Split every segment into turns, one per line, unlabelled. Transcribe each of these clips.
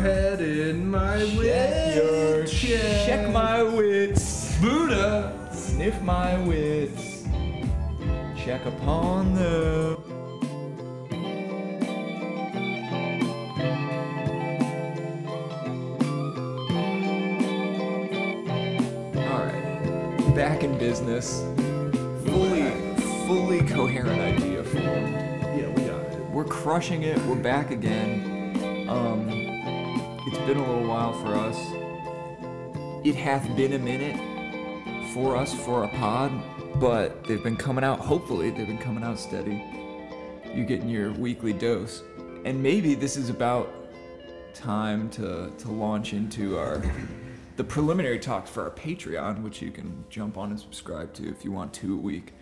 head in my
Check your
wits.
check my wits.
Buddha.
Sniff my wits. Check upon them. All right, back in business. Fully, fully coherent idea formed.
Yeah, we got it.
We're crushing it. We're back again. Um, it's been a little while for us. It hath been a minute for us for a pod, but they've been coming out. Hopefully, they've been coming out steady. You're getting your weekly dose, and maybe this is about time to to launch into our the preliminary talks for our Patreon, which you can jump on and subscribe to if you want two a week.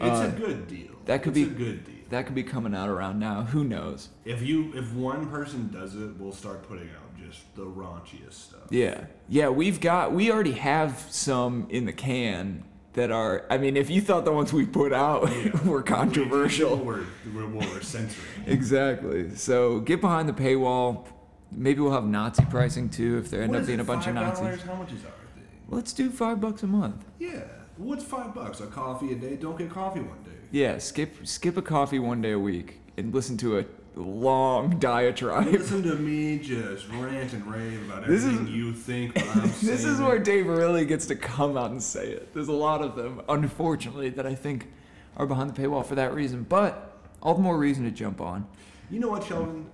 It's
Uh,
a good deal.
that could
it's
be-
a good deal.
That could be coming out around now. Who knows?
If you if one person does it, we'll start putting out just the raunchiest stuff.
Yeah. Yeah, we've got we already have some in the can that are I mean, if you thought the ones we put out were controversial.
We're, we're, well, we're censoring.
exactly. So get behind the paywall. Maybe we'll have Nazi pricing too if there end
What
up
is
being
it,
a bunch of
$5?
Nazis.
How much is our thing?
Let's do five bucks a month.
Yeah. What's five bucks? A coffee a day? Don't get coffee one day.
Yeah, skip skip a coffee one day a week and listen to a long diatribe.
Listen to me just rant and rave about
This is-
everything you think what I'm saying.
This is where Dave really gets to come out and say it. There's a lot of them, unfortunately, that I think are behind the paywall for that reason, but all the more reason to jump on.
You know what, Sheldon?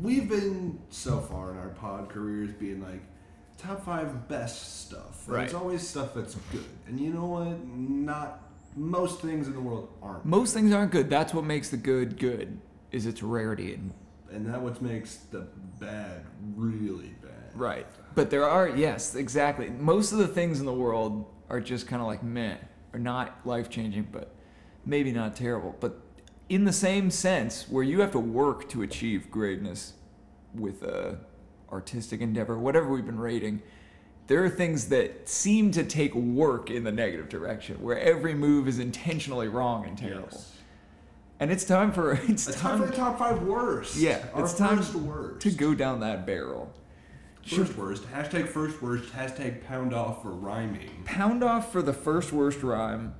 We've been so far in our pod careers being like top five best stuff. And It's
Right.
always stuff that's good. And you know what? Not most things in the world aren't.
Most things aren't good. That's what makes the good good, is its rarity. And,
and that what makes the bad really bad.
right. But there are, yes, exactly. Most of the things in the world are just kind of like meh, are not life changing, but maybe not terrible. But in the same sense, where you have to work to achieve greatness with a artistic endeavor, whatever we've been rating, there are things that seem to take work in the negative direction, where every move is intentionally wrong and terrible.
Yes.
And it's time for it's,
It's time for
time
the top five worst.
Yeah,
Our
it's time
first worst.
to go down that barrel.
First worst. Hashtag first worst. Hashtag pound off for rhyming.
Pound off for the first worst rhyme.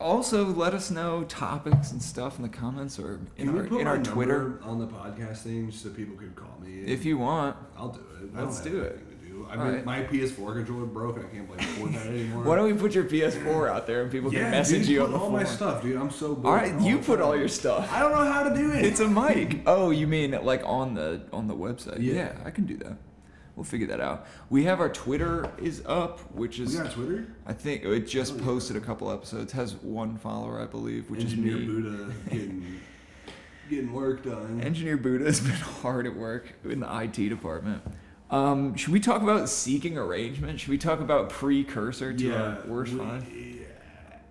Also, let us know topics and stuff in the comments or in
Can we
our
put
in
my
our Twitter
number on the podcast thing so people can call me?
if you want.
I'll do it. I don't
Let's
have
do it.
anything to do. I
All
mean,
right.
my PS4 controller broke, and I can't play Fortnite anymore.
Why don't we put your PS4 out there and people
yeah,
can message
dude,
you
put
on the
all my
forum?
stuff, dude. I'm so bored.
All right, you
the
put
time.
all your stuff.
I don't know how to do it.
It's a mic. Oh, you mean like on the on the website?
Yeah.
yeah, I can do that. We'll figure that out. We have our Twitter is up, which
we
is
got Twitter.
I think it just posted a couple episodes. Has one follower, I believe, which
Engineer
is me.
Buddha getting getting work done.
Engineer Buddha has been hard at work in the IT department. Um, should we talk about seeking arrangement? Should we talk about precursor to our worst
we-
five?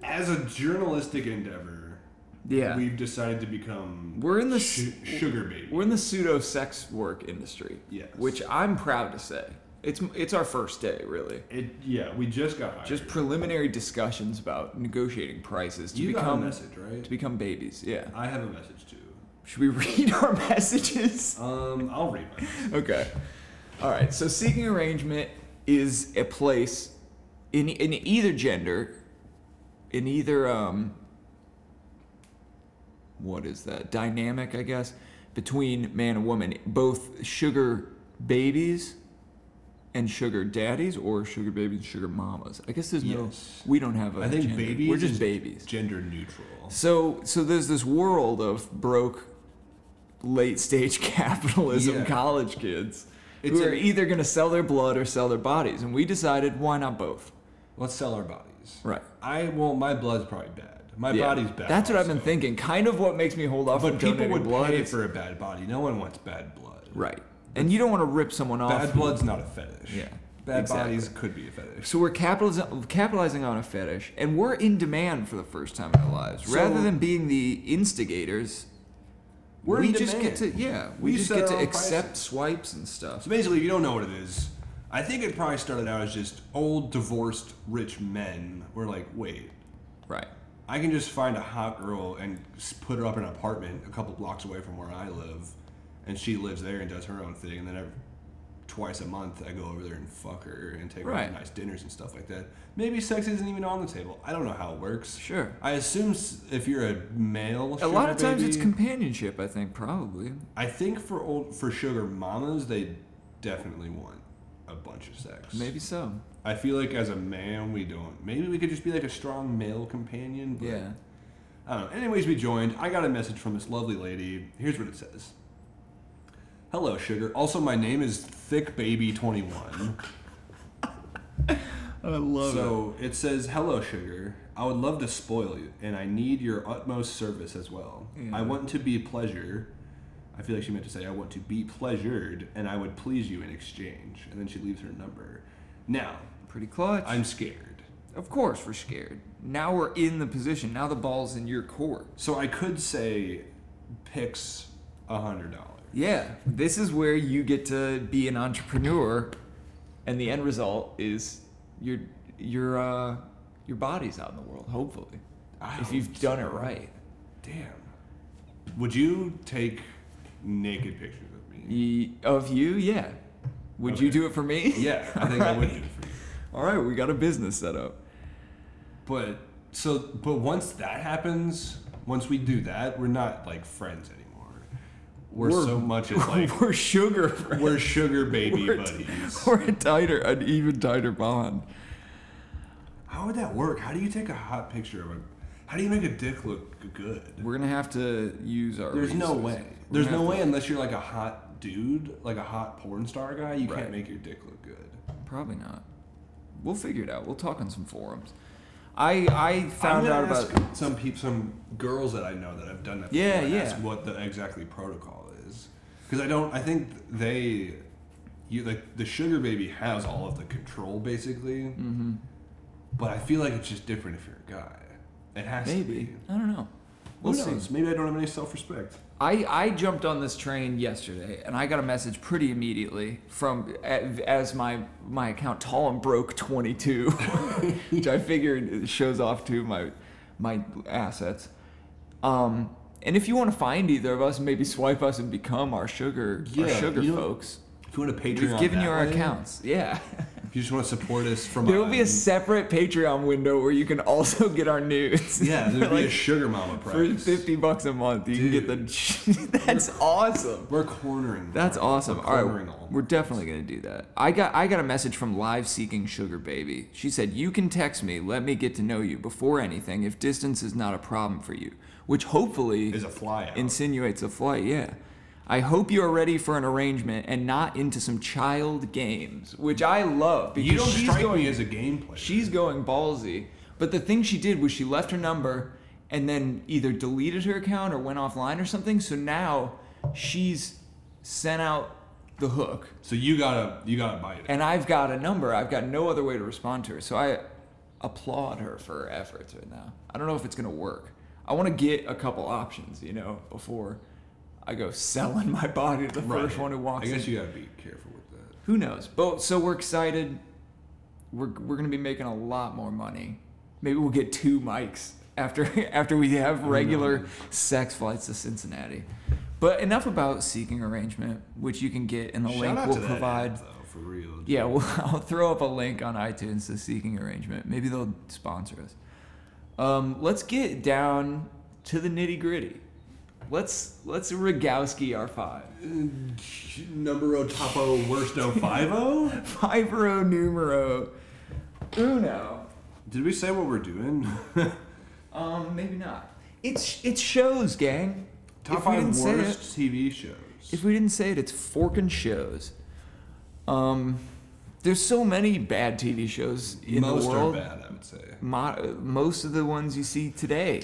As a journalistic endeavor,
Yeah,
we've decided to become
We're in the
su-
s-
sugar baby.
we're in the pseudo sex work industry,
Yes.
which I'm proud to say it's it's our first day really.
It, yeah, we just got hired.
Just preliminary discussions about negotiating prices to
you got a
become
message, right?
to become babies. Yeah,
I have a message too.
should we read our messages?
Um, I'll read mine.
Okay. All right. So seeking arrangement is a place in in either gender, in either um. What is that dynamic? I guess between man and woman, both sugar babies and sugar daddies, or sugar babies and sugar mamas. I guess there's no.
Yes.
We don't have a.
I think
gender.
babies.
We're just
is
babies.
Gender neutral.
So so there's this world of broke late stage capitalism
Yeah.
college kids
It's
who are
a-
either going to sell their blood or sell their bodies and we decided why not both.
Let's sell our bodies.
Right.
I well, my blood's probably bad. My
Yeah.
body's bad.
That's what I've
also.
been thinking. Kind of what makes me hold off
But
from
people
donating
would
blood.
pay
is-
for a bad body. No one wants bad blood.
right. And you don't want to rip someone off.
Bad blood's not a fetish.
Yeah,
Bad
exactly.
bodies could be a fetish.
So we're capitalizing, capitalizing on a fetish, and we're in demand for the first time in our lives.
So-
Rather than being the instigators,
We're
we
in
just
demand.
get to yeah, we,
We
just
set
get to
our own
accept
prices.
swipes and stuff.
So basically, if you don't know what it is, I think it probably started out as just old divorced rich men were like, wait,
Right.
I can just find a hot girl and s- put her up in an apartment a couple blocks away from where I live, and she lives there and does her own thing. And then every, twice a month, I go over there and fuck her and take her
Right.
to nice dinners and stuff like that. Maybe sex isn't even on the table. I don't know how it works.
Sure.
I assume s- if you're a male,
A lot
sugar
of times it's
baby-
companionship, I think, probably.
I think for old for sugar mamas, they definitely want a bunch of sex.
Maybe so.
I feel like as a man, we don't. Maybe we could just be like a strong male companion. But
Yeah.
I don't know. Anyways, we joined. I got a message from this lovely lady. Here's what it says. Hello, sugar. Also, my name is Thick Baby Twenty One.
I love
so it says, "Hello, sugar. I would love to spoil you, and I need your utmost service as well.
Yeah.
I want to be pleasure. I feel like she meant to say, I want to be pleasured, and I would please you in exchange. And then she leaves her number. Now,
Pretty clutch.
I'm scared.
Of course, we're scared. Now we're in the position. Now the ball's in your court.
So I could say, picks a hundred dollars.
Yeah, this is where you get to be an entrepreneur, and the end result is your your uh, your body's out in the world. Hopefully,
I
if
hope
you've done it right.
Damn. Would you take naked pictures of me?
Ye- of you, yeah. Would you
Okay.
do it for me?
Yeah, I think I would do it for you.
All right, we got a business set up.
But so, but once that happens, once we do that, we're not like friends anymore. We're, so much as like
we're sugar. friends.
we're sugar baby
We're-
buddies.
We're a tighter, an even tighter bond.
How would that work? How do you take a hot picture of a? How do you make a dick look g- good?
We're gonna have to use our.
There's no
resources.
way.
We're
There's
gonna
no
have
way
to-
unless you're like a hot dude, like a hot porn star guy. You
Right.
can't make your dick look good.
Probably not. We'll figure it out. We'll talk on some forums. I I found
I'm
out
gonna
about.
ask some peop some girls that I know that have done that.
Yeah,
before and
yeah.
Ask what the exactly protocol is, because I don't. I think they, you like the sugar baby has all of the control basically,
hmm
but I feel like it's just different if you're a guy. It has to
Maybe
be.
I don't know.
Who
We'll
knows?
see.
Maybe I don't have any self respect.
I, I jumped on this train yesterday and I got a message pretty immediately from a- as my my account tall and broke 22 which I figured shows off to my my assets um, and if you want to find either of us maybe swipe us and become our sugar our
Yeah,
sugar
you know-
folks
If you want to Patreon,
we've given
that
you our
way,
accounts yeah
If you just want to support us from
There will be a separate Patreon window where you can also get our nudes.
yeah, there'll be a
like
sugar mama
for
prize.
fifty bucks a month, you can get the. That's awesome.
We're cornering.
That's
them.
awesome.
We're
All
cornering
right,
all.
we're definitely gonna do that. I got I got a message from Live Seeking Sugar Baby. She said, "You can text me. Let me get to know you before anything. If distance is not a problem for you, which hopefully
is a fly out.
insinuates a flight. Yeah." I hope you are ready for an arrangement and not into some child games, which I love because
you don't
she's
strike
going
me as a game player.
She's going ballsy. But the thing she did was she left her number and then either deleted her account or went offline or something. So now she's sent out the hook.
So you gotta you gotta bite it.
And I've got a number. I've got no other way to respond to her. So I applaud her for her efforts right now. I don't know if it's going to work. I want to get a couple options, you know, before I go selling my body to the first one who walks
I
in.
guess you gotta be careful with that.
Who knows? But so we're excited. We're we're gonna be making a lot more money. Maybe we'll get two mics after after we have regular sex flights to Cincinnati. But enough about seeking arrangement, which you can get in the
Shout
link
out to
we'll
that
provide.
app, though, for real.
Yeah, well, I'll throw up a link on iTunes to Seeking Arrangement. Maybe they'll sponsor us. Um, let's get down to the nitty gritty. Let's let's Rogowski our five.
Numero Mm, topo worsto five o.
Fivero numero uno.
Did we say what we're doing?
Um, maybe not. It's it's shows, gang.
Top
if we
five
didn't
worst
say it,
TV shows.
if we didn't say it, it's forking shows. Um, there's so many bad TV shows in
Most
the world.
are bad, I would say.
Mo- most of the ones you see today.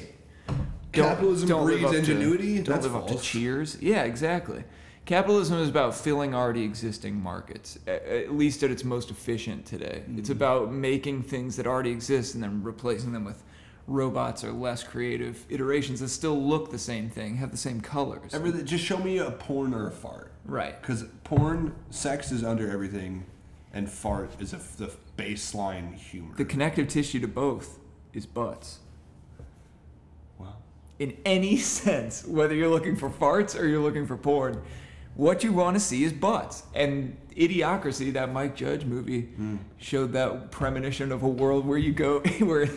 Capitalism
live
breeds
up to-
ingenuity?
don't
That's
live up to
false.
cheers. Yeah, exactly. Capitalism is about filling already existing markets, a- at least at its most efficient today.
Mm-hmm.
It's about making things that already exist and then replacing them with robots or less creative iterations that still look the same thing, have the same colors.
Everything. Just show me a porn or a fart.
right.
Because porn, sex is under everything, and fart is a, the baseline humor.
The connective tissue to both is butts.
Wow.
in any sense, whether you're looking for farts or you're looking for porn. What you want to see is butts. And Idiocracy, that Mike Judge movie, showed that premonition of a world where you go, where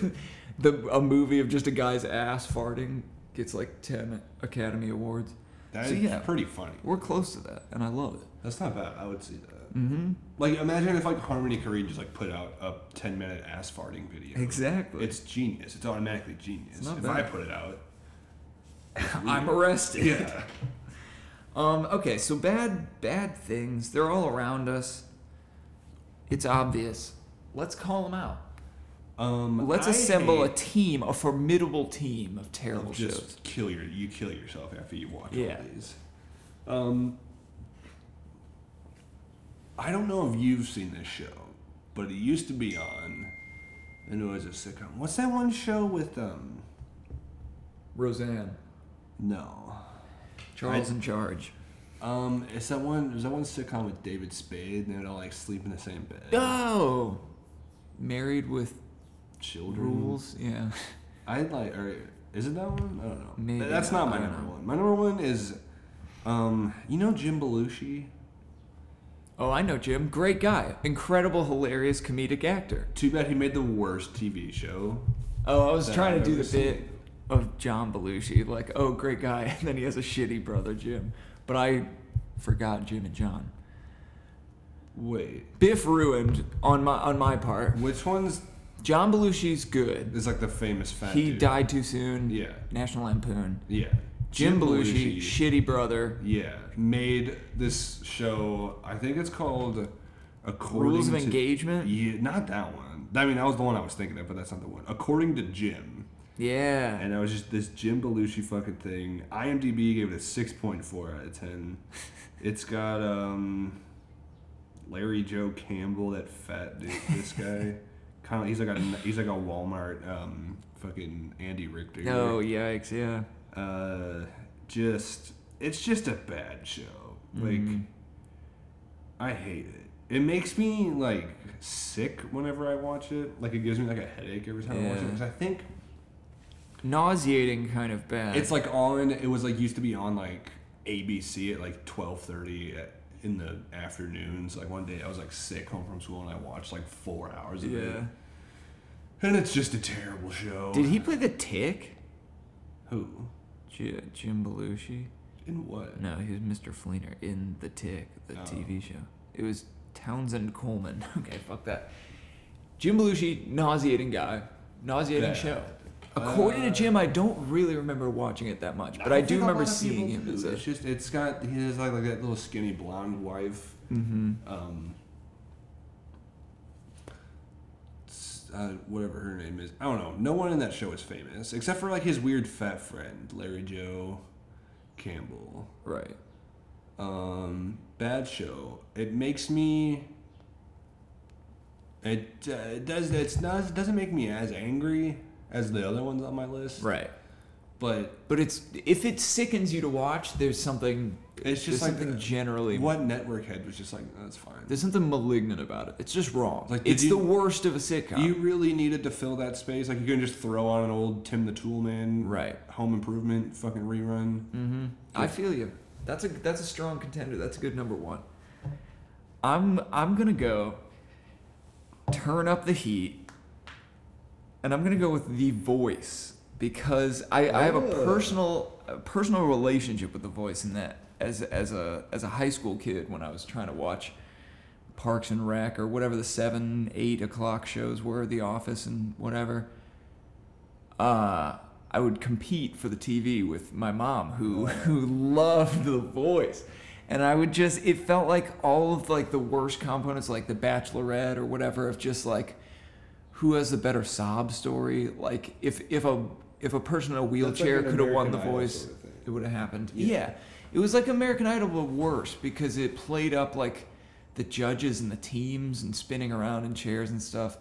the a movie of just a guy's ass farting gets like 10 Academy Awards.
That's
so, yeah,
pretty funny.
we're close to that, and I love it.
That's not bad. I would see that.
Mm-hmm.
Like, imagine if like Harmony Korine just like put out a ten minute ass farting video.
Exactly.
It's genius. It's automatically genius.
It's not
if
bad.
I put it out,
I'm arrested.
yeah.
Um, okay, so bad, bad things. They're all around us. It's obvious. Let's call them out.
Um,
Let's
I
assemble a
hate
team, a formidable team of terrible
just
shows.
kill your you kill yourself after you watch
Yeah.
all these. Um, I don't know if you've seen this show, but it used to be on, and it was a sitcom. What's that one show with um?
Roseanne,
No,
Charles in Charge.
um, it's that one. Is that one sitcom with David Spade, and they'd all like sleep in the same bed.
Oh, married with
Children.
rules. Yeah,
I like. Or is it that one? I don't know.
Maybe.
That's not
I
my
don't
number
know.
one. My number one is, um, you know Jim Belushi.
Oh, I know Jim. Great guy. Incredible, hilarious comedic actor.
Too bad he made the worst TV show.
Oh, I was
That
trying to
I've
do
ever
the bit of John Belushi, like, oh, great guy, and then he has a shitty brother, Jim. But I forgot Jim and John.
Wait,
Biff ruined on my on my part.
which one's
John Belushi's good.
is like the famous fat?
He
dude?
died too soon.
Yeah.
National Lampoon.
Yeah.
Jim, Belushi, shitty brother.
yeah, made this show. I think it's called According
Rules of
to-
Engagement.
Yeah, not that one. I mean, that was the one I was thinking of, but that's not the one. According to Jim,
Yeah.
and I was just this Jim Belushi fucking thing. IMDb gave it a six point four out of ten. it's got um, Larry Joe Campbell, that fat dude. This guy, kind of he's like a he's like a Walmart um, fucking Andy Richter.
Oh yikes! Yeah.
Uh, just it's just a bad show. Like
Mm-hmm. Mm.
I hate it. It makes me like sick whenever I watch it. Like it gives me like a headache every time I watch it
Yeah.
because I think
Nauseating, kind of bad.
it's like on. It was like used to be on like ABC at like twelve thirty in the afternoons. Like one day I was like sick home from school and I watched like four hours of it.
yeah.
And it's just a terrible show.
Did he play the Tick?
Who?
J- Jim Belushi?
In what?
No, he was Mr. Fleener in the Tick, the
Oh.
TV show. It was Townsend Coleman. okay, fuck that. Jim Belushi, nauseating guy, nauseating
Yeah.
show. According to
Uh,
Jim, I don't really remember watching it that much, but I, do
think a
remember
lot of people
seeing him
do.
as a
It's just it's got he has like, like that little skinny blonde wife.
Mm-hmm.
Um, s- uh, whatever her name is, I don't know. No one in that show is famous except for like his weird fat friend Larry Joe Campbell.
Right.
Um, bad show. It makes me. It, uh, it does. It's not. It doesn't make me as angry as the other ones on my list.
Right.
But
But it's if it sickens you to watch, there's something.
It's
there's
just like
something
the-
generally.
what network head was just like that's fine.
There's something malignant about it. It's just wrong.
Like, did
it's
you-
the worst of a sitcom.
You really needed to fill that space. Like you couldn't just throw on an old Tim the Tool Man,
Right.
Home Improvement fucking rerun.
Mm-hmm. I feel you. That's a that's a strong contender. That's a good number one. I'm I'm gonna go. Turn up the heat. And I'm gonna go with the voice because I, I have a
Ugh.
personal a personal relationship with the voice in that as as a as a high school kid when I was trying to watch Parks and Rec or whatever the seven eight o'clock shows were, The Office and whatever uh, I would compete for the TV with my mom, who who loved The Voice, and I would just it felt like all of like the worst components, like The Bachelorette or whatever, of just like who has the better sob story. Like if if a if a person in a wheelchair
an
could have won
American
The
Idol
Voice,
sort of thing.
it would have happened. Yeah. it was like American Idol but worse because it played up like the judges and the teams and spinning around in chairs and stuff.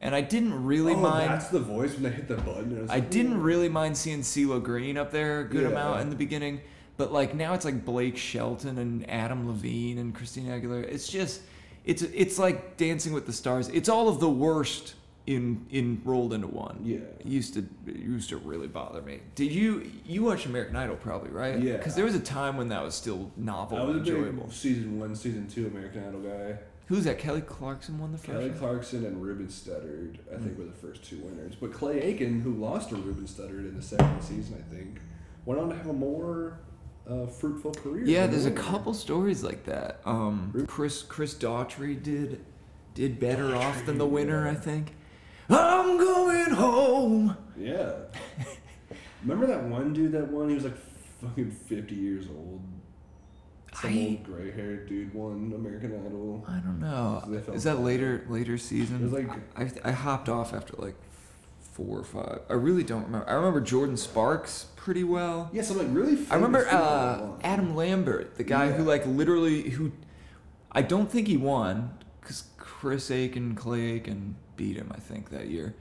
And I didn't really
Oh,
mind.
the voice when they hit the button.
I didn't really mind seeing CeeLo Green up there a good
Yeah.
amount in the beginning, but like now it's like Blake Shelton and Adam Levine and Christina Aguilera. It's just it's it's like Dancing with the Stars. It's all of the worst in in rolled into one.
Yeah.
It used to it used to really bother me. Did you you watch American Idol probably right?
Yeah.
Because there was a time when that was still novel
I was a
and enjoyable.
big season one, season two American Idol guy.
Who's that? Kelly Clarkson won the first.
Kelly
one?
Clarkson and Ruben Studdard, I
Mm.
think, were the first two winners. But Clay Aiken, who lost to Ruben Studdard in the second season, I think, went on to have a more uh, fruitful career.
Yeah,
than
there's a
Ruben.
couple stories like that. Um, Chris Chris Daughtry did did better off than the winner, I think. I'm going home.
Yeah. Remember that one dude that won? He was like fucking 50 years old. Some
I-
old gray haired dude won American Idol.
I don't know.
So they felt
Is that
bad.
later later season?
It was like-
I, I hopped off after like four or five. I really don't remember. I remember Jordan Sparks pretty well.
Yeah, so like really famous
I remember
people that
uh,
won.
Adam Lambert, the guy who
Yeah.
like literally who I don't think he won because Chris Aiken, Clay Aiken beat him I think that year,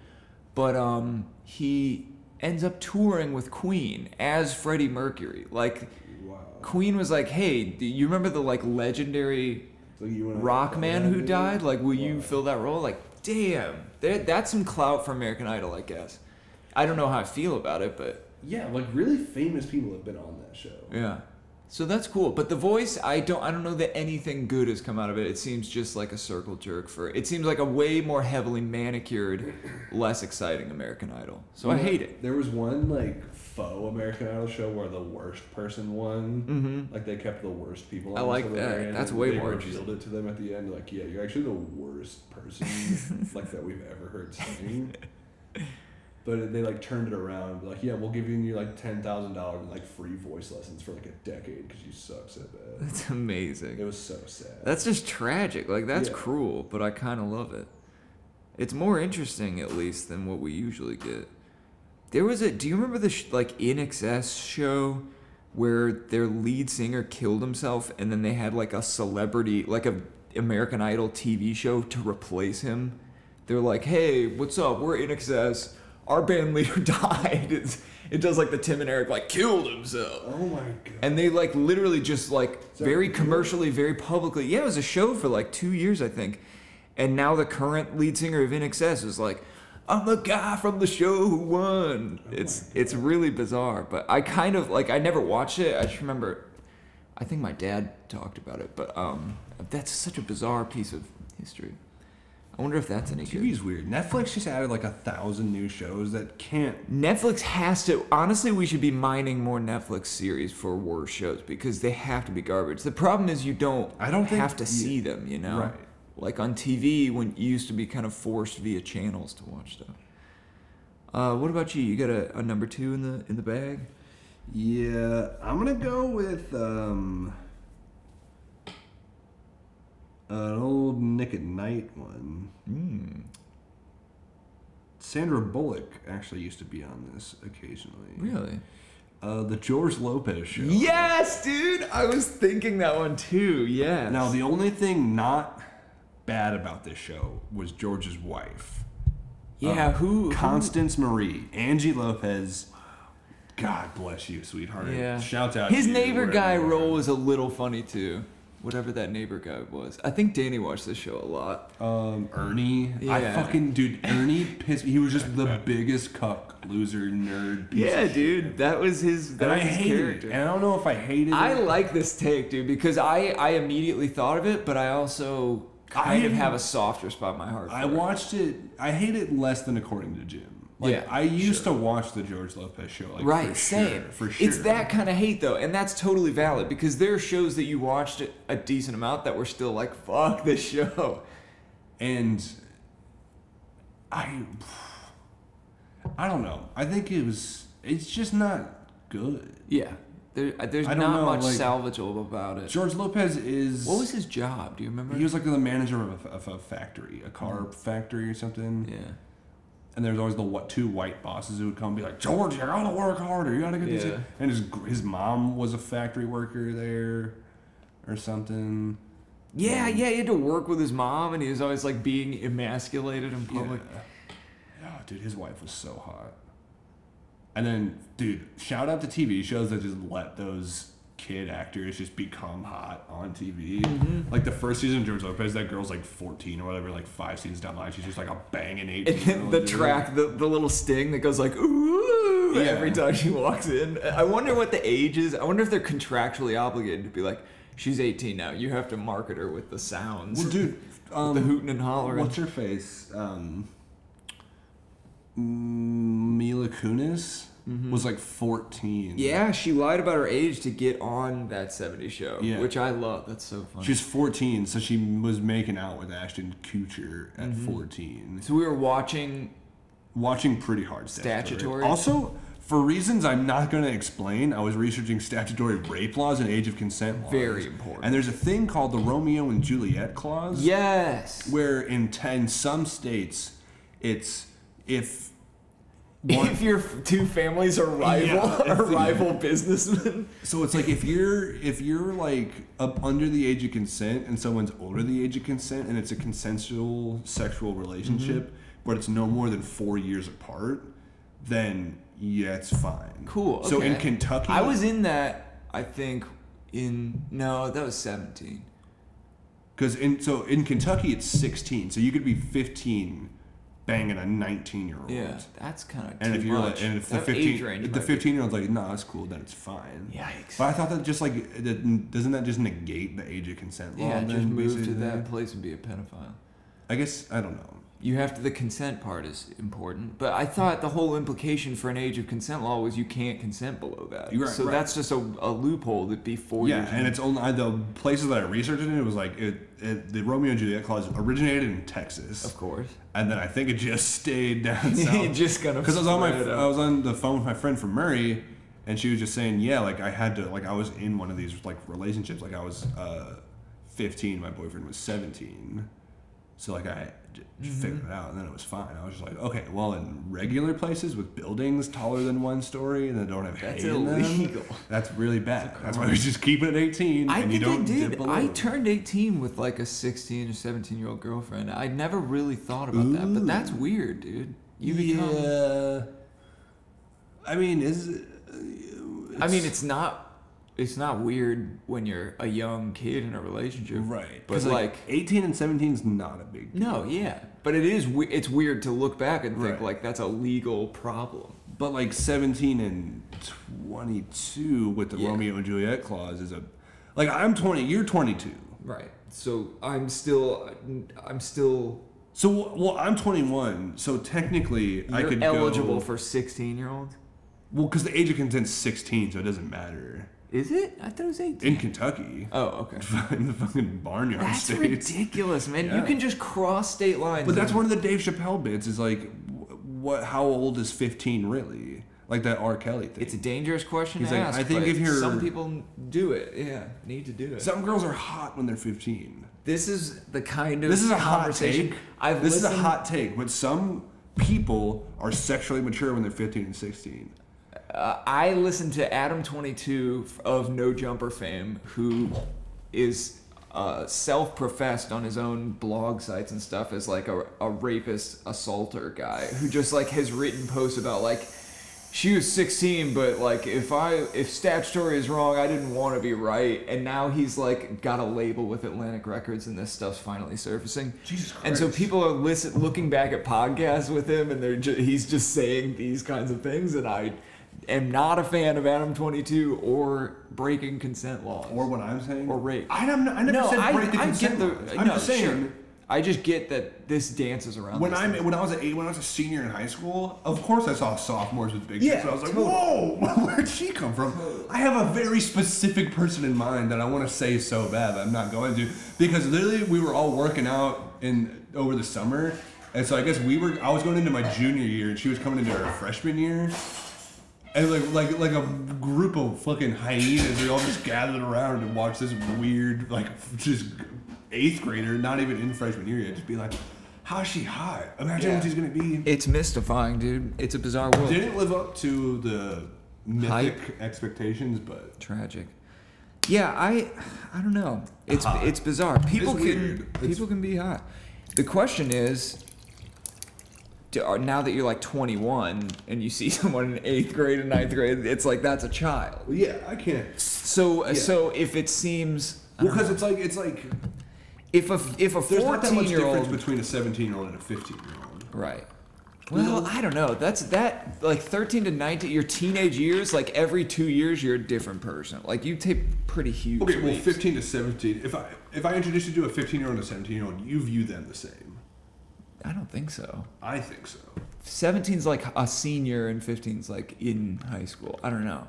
but um he ends up touring with Queen as Freddie Mercury. Like
Wow.
Queen was like, hey, do you remember the like legendary
So you wanna-
rock man who
dude?
died? Like, will you
Wow.
fill that role? Like, damn, that, that's some clout for American Idol, I guess. I don't know how I feel about it, but
Yeah, like really famous people have been on that show.
yeah. So that's cool. But the voice, I don't, I don't know that anything good has come out of it. It seems just like a circle jerk for. It seems like a way more heavily manicured, less exciting American Idol. So I
You know,
hate it.
There was one like faux American Idol show where the worst person won.
Mm-hmm.
Like they kept the worst people.
I
on
like
until the
that.
very end,
That's
and
way
they
more
revealed it to them at the end. Like, yeah, you're actually the worst person like that we've ever heard sing. But they like turned it around. Like, yeah, we'll give you like ten thousand dollars in like free voice lessons for like a decade because you suck so bad.
That's
It
amazing.
was so sad.
That's just tragic. Like that's
Yeah.
cruel, but I kind of love it. It's more interesting, at least, than what we usually get. There was a. Do you remember the sh- like In Excess show where their lead singer killed himself, and then they had like a celebrity, like a American Idol TV show to replace him? They're like, "Hey, what's up? We're In Excess. Our band leader died." It's, it does like the Tim and Eric like killed himself.
oh my god.
And they like literally just like
that
very
real?
commercially, very publicly. Yeah, it was a show for like two years, I think. And now the current lead singer of NXS is like, I'm the guy from the show who won. it's it's really bizarre, but I kind of like I never watched it. I just remember, I think my dad talked about it, but um, that's such a bizarre piece of history. I wonder if that's any good.
TV's weird. Netflix just added like a thousand new shows that can't.
Netflix has to. Honestly, we should be mining more Netflix series for worse shows because they have to be garbage. The problem is you don't.
I don't think-
have to see them. You know,
Right.
like on TV when you used to be kind of forced via channels to watch stuff. Uh, what about you? You got a, a number two in the in the bag?
Yeah, I'm gonna go with um, an old Nick at Night one.
Hmm.
Sandra Bullock actually used to be on this occasionally.
Really?
Uh, the George Lopez show.
Yes, dude. I was thinking that one too. Yes.
Now the only thing not bad about this show was George's wife,
yeah.
uh,
who? who-
Constance Marie, Angie Lopez. God bless you, sweetheart.
Yeah.
Shout out.
His
to you,
neighbor
wherever
guy
you are.
role was a little funny too. Whatever that neighbor guy was. I think Danny watched this show a lot.
Um, Ernie. I
Yeah.
fucking dude. Ernie pissed. me. He was just the biggest cuck, loser, nerd. Piece
Yeah,
of shit.
dude. That was his that
And I
was his
hated
character.
it. And I don't know if I hated it.
I like this take, dude, because I I immediately thought of it, but I also kind
I-
of have a softer spot in my heart.
I
for it.
watched it. I hate it less than According to Jim. Like
Yeah,
I used to watch the George Lopez show. Like,
Right,
for
same.
Sure, for sure.
It's that kind of hate though, and that's totally valid because there are shows that you watched a- a decent amount that were still like, "Fuck this show."
And I, I don't know. I think it was. It's just not good.
Yeah, there, there's
I
not
don't know,
much
like-
salvageable about it.
George Lopez is.
What was his job? Do you remember?
He was like the manager of a, of a factory, a car factory or something.
yeah.
And there's always the what two white bosses who would come and be like, George, you gotta work harder. You gotta get this.
Yeah.
And his gr- his mom was a factory worker there, or something.
Yeah, yeah, he had to work with his mom, and he was always like being emasculated in public.
Yeah, dude, his wife was so hot. And then, dude, shout out to TV shows that just let those kid actor has just become hot on TV.
Mm-hmm.
Like the first season of George Lopez, that girl's like 14 or whatever. Like five seasons down the line, she's just like a banging 18.
And then the track, the, the little sting that goes like ooh
Yeah.
every time she walks in. I wonder what the age is. I wonder if they're contractually obligated to be like, she's 18 now. You have to market her with the sounds,
Well, dude, um,
the hooting and hollering.
What's her face? Um, mm, Mila Kunis was like 14.
Mm-hmm. yeah, she lied about her age to get on that 70 show,
Yeah.
which I love. That's so funny.
She was 14, so she was making out with Ashton Kutcher at
Mm-hmm.
14.
so we were watching.
Watching pretty hard statutory.
Statutory?
Also, for reasons I'm not going to explain, I was researching statutory rape laws and age of consent laws.
Very important.
And there's a thing called the Romeo and Juliet clause.
Yes.
Where in, t- in some states, it's if
if your f- two families are rival,
Yeah,
are rival businessmen.
So it's like if you're if you're like up under the age of consent and someone's older the age of consent and it's a consensual sexual relationship,
Mm-hmm.
but it's no more than four years apart, then yeah, it's fine.
Cool.
So in
okay.
Kentucky,
I was in that. I think in no, that was seventeen.
because in so in Kentucky it's sixteen, so you could be fifteen, banging a nineteen year old.
Yeah, that's kind of.
And if you're like, and if the
age
fifteen,
range,
if
might
the
be-
fifteen year old's like, nah, that's cool, then it's fine.
Yikes.
But I thought that just like that- doesn't that just negate the age of consent law?
yeah,
then,
just move to
basically?
that place and be a pedophile.
I guess I don't know.
You have to. The consent part is important, but
Hmm.
I thought the whole implication for an age of consent law was you can't consent below that.
You're right,
so
right.
that's just a, a loophole that be four
Yeah,
years.
and it's only I- the places that I researched it. in, It was like it, it, the Romeo and Juliet clause originated in Texas,
of course.
and then I think it just stayed down
You're
south.
just gonna
Because I was on my oh,
spread it
I
out.
was on the phone with my friend from Murray, and she was just saying, yeah, like I had to like I was in one of these like relationships. Like I was uh, 15, my boyfriend was 17, so like I j- just
Mm-hmm.
figured it out, and then it was fine. I was just like, okay, well, in regular places with buildings taller than one story and that don't have
That's
hay in them,
illegal.
That's really bad. That's why we just keep it at 18.
I
and
think
you don't
I did.
dip below.
I turned 18 with like a 16 or 17 year old girlfriend. I never really thought about that, but that's weird, dude. You become. um,
Yeah. I mean, is it-
I mean, it's not. It's not weird when you're a young kid in a relationship,
right?
But
'Cause,
like,
18 and 17 is not a big.
no, yeah. But it is. we- It's weird to look back and think
Right.
like that's a legal problem.
But like 17 and 22 with the
Yeah.
Romeo and Juliet clause is a, like I'm 20, you're 22.
Right. So I'm still. I'm still.
So well, I'm 21. So technically, I
you're
could
eligible
go,
for 16 year olds.
Well, because the age of consent's 16, so it doesn't matter
Is it? I thought it was 18.
in Kentucky.
oh, okay.
in the fucking barnyard
That's
states.
ridiculous, man. You
Yeah.
can just cross state lines.
But that's
and-
one of the Dave Chappelle bits is like, wh- what? How old is fifteen really? Like that R. Kelly thing.
It's a dangerous question
He's
to
like,
ask.
I think
but
if you're-
some people do it, yeah, need to do it.
Some girls are hot when they're fifteen.
this is the kind of
This is a hot
conversation
take.
I've
this
listened,
is a hot take, but some people are sexually mature when they're fifteen and sixteen.
Uh, I listened to Adam Twenty Two of No Jumper fame, who is uh, self-professed on his own blog sites and stuff as like a, a rapist assaulter guy who just like has written posts about like. She was 16, but like if I if statutory is wrong, I didn't want to be right. And now he's like got a label with Atlantic Records, and this stuff's finally surfacing.
Jesus
And so
Christ.
people are listen, looking back at podcasts with him, and they're ju- he's just saying these kinds of things. And I am not a fan of Adam 22 or breaking consent laws.
Or what I'm saying.
Or rape.
I, don't, I never
no,
said
I,
break the
I get
consent
the.
laws. I'm
no,
just saying.
sure. I just get that this dances around.
When
this
I'm
thing.
when I was a when I was a senior in high school, of course I saw sophomores with big
Yeah,
tits. and I was like,
totally.
whoa, where'd she come from? I have a very specific person in mind that I want to say so bad, but I'm not going to because literally we were all working out in over the summer, and so I guess we were. I was going into my junior year, and she was coming into her freshman year. And like like like a group of fucking hyenas, they all just gathered around to watch this weird like just eighth grader, not even in freshman year yet, just be like, "How's she hot? Imagine
Yeah.
what she's gonna be."
it's mystifying, dude. It's a bizarre world.
Didn't live up to the mythic
Hype.
expectations, but
Tragic. Yeah, I I don't know. It's it's bizarre. People can
weird. It's-
people can be hot. The question is do- are- now that you're like 21 and you see someone in eighth grade and ninth grade, it's like that's a child.
Well, yeah, I can't.
So
Yeah.
so if it seems I
Well,
don't know.
because it's like it's like
if a if a
there's not that
14
much
year
difference
old
between a 17 year old and a 15 year old.
Right. Well, I don't know. That's that like 13 to 19 your teenage years, like every 2 years you're a different person. Like you take pretty huge
Okay, well,
leaps.
15 to 17. If I if I introduce you to a 15 year old and a 17 year old, you view them the same.
I don't think so.
I think so.
17's like a senior and 15's like in high school. I don't know.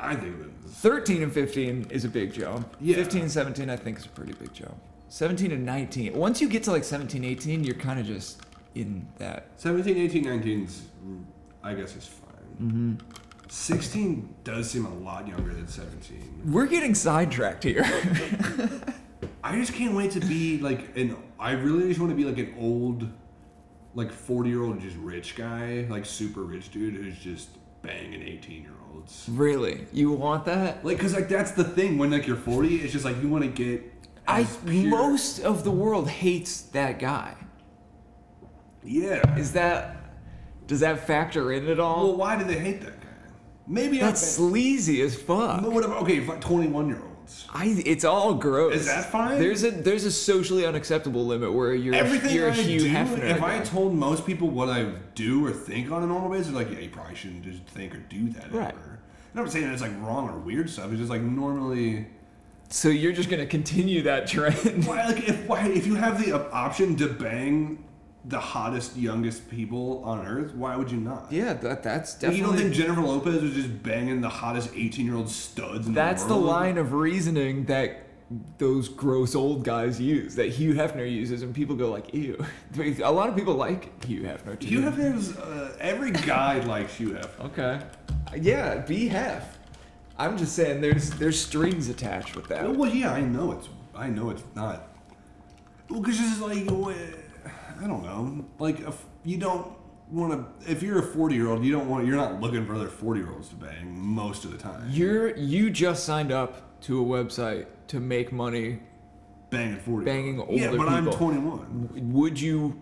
I think them.
13 and 15 is a big jump.
Yeah.
15 and 17 I think is a pretty big jump. 17 and 19. Once you get to like 17, 18, you're kind of just in that.
17, 18, 19's, mm, I guess, is fine.
Mm-hmm.
16 does seem a lot younger than 17.
We're getting sidetracked here.
I just can't wait to be like an. I really just want to be like an old, like 40 year old, just rich guy, like super rich dude who's just banging 18 year olds.
really? You want that?
Like, cause like that's the thing when like you're 40, it's just like you want to get.
I
as pure-
most of the world hates that guy.
Yeah.
Is that does that factor in at all?
Well, why do they hate that guy? Maybe
That's
I'm.
sleazy as fuck.
But what about okay, 21 year olds?
I, it's all gross.
Is that fine?
There's a there's a socially unacceptable limit where you're
Everything
you're
I
a Hugh
do,
Hefner.
if I
guy.
told most people what I do or think on a normal basis, they're like, yeah, you probably shouldn't just think or do that
Right.
ever. And I'm not saying that it's like wrong or weird stuff. It's just like normally,
so you're just gonna continue that trend.
why, like if why, if you have the op- option to bang the hottest, youngest people on earth, why would you not?
yeah, that that's
Like,
definitely.
you don't think Jennifer Lopez was just banging the hottest 18 year old studs? In
that's
the,
the
world?
line of reasoning that those gross old guys use that Hugh Hefner uses, and people go like, "Ew." A lot of people like Hugh Hefner. Too.
Hugh Hefner's. Uh, every guy likes Hugh Hefner.
Okay. Yeah, be half. I'm just saying there's there's strings attached with that.
Well, well, yeah, I know it's. I know it's not. Well, because it's like, wh- I don't know. Like, if you don't want to, if you're a 40 year old, you don't want. You're not looking for other 40 year olds to bang most of the time.
You're you just signed up to a website to make money.
banging 40.
Banging
Yeah,
older
but I'm
people.
21.
Would you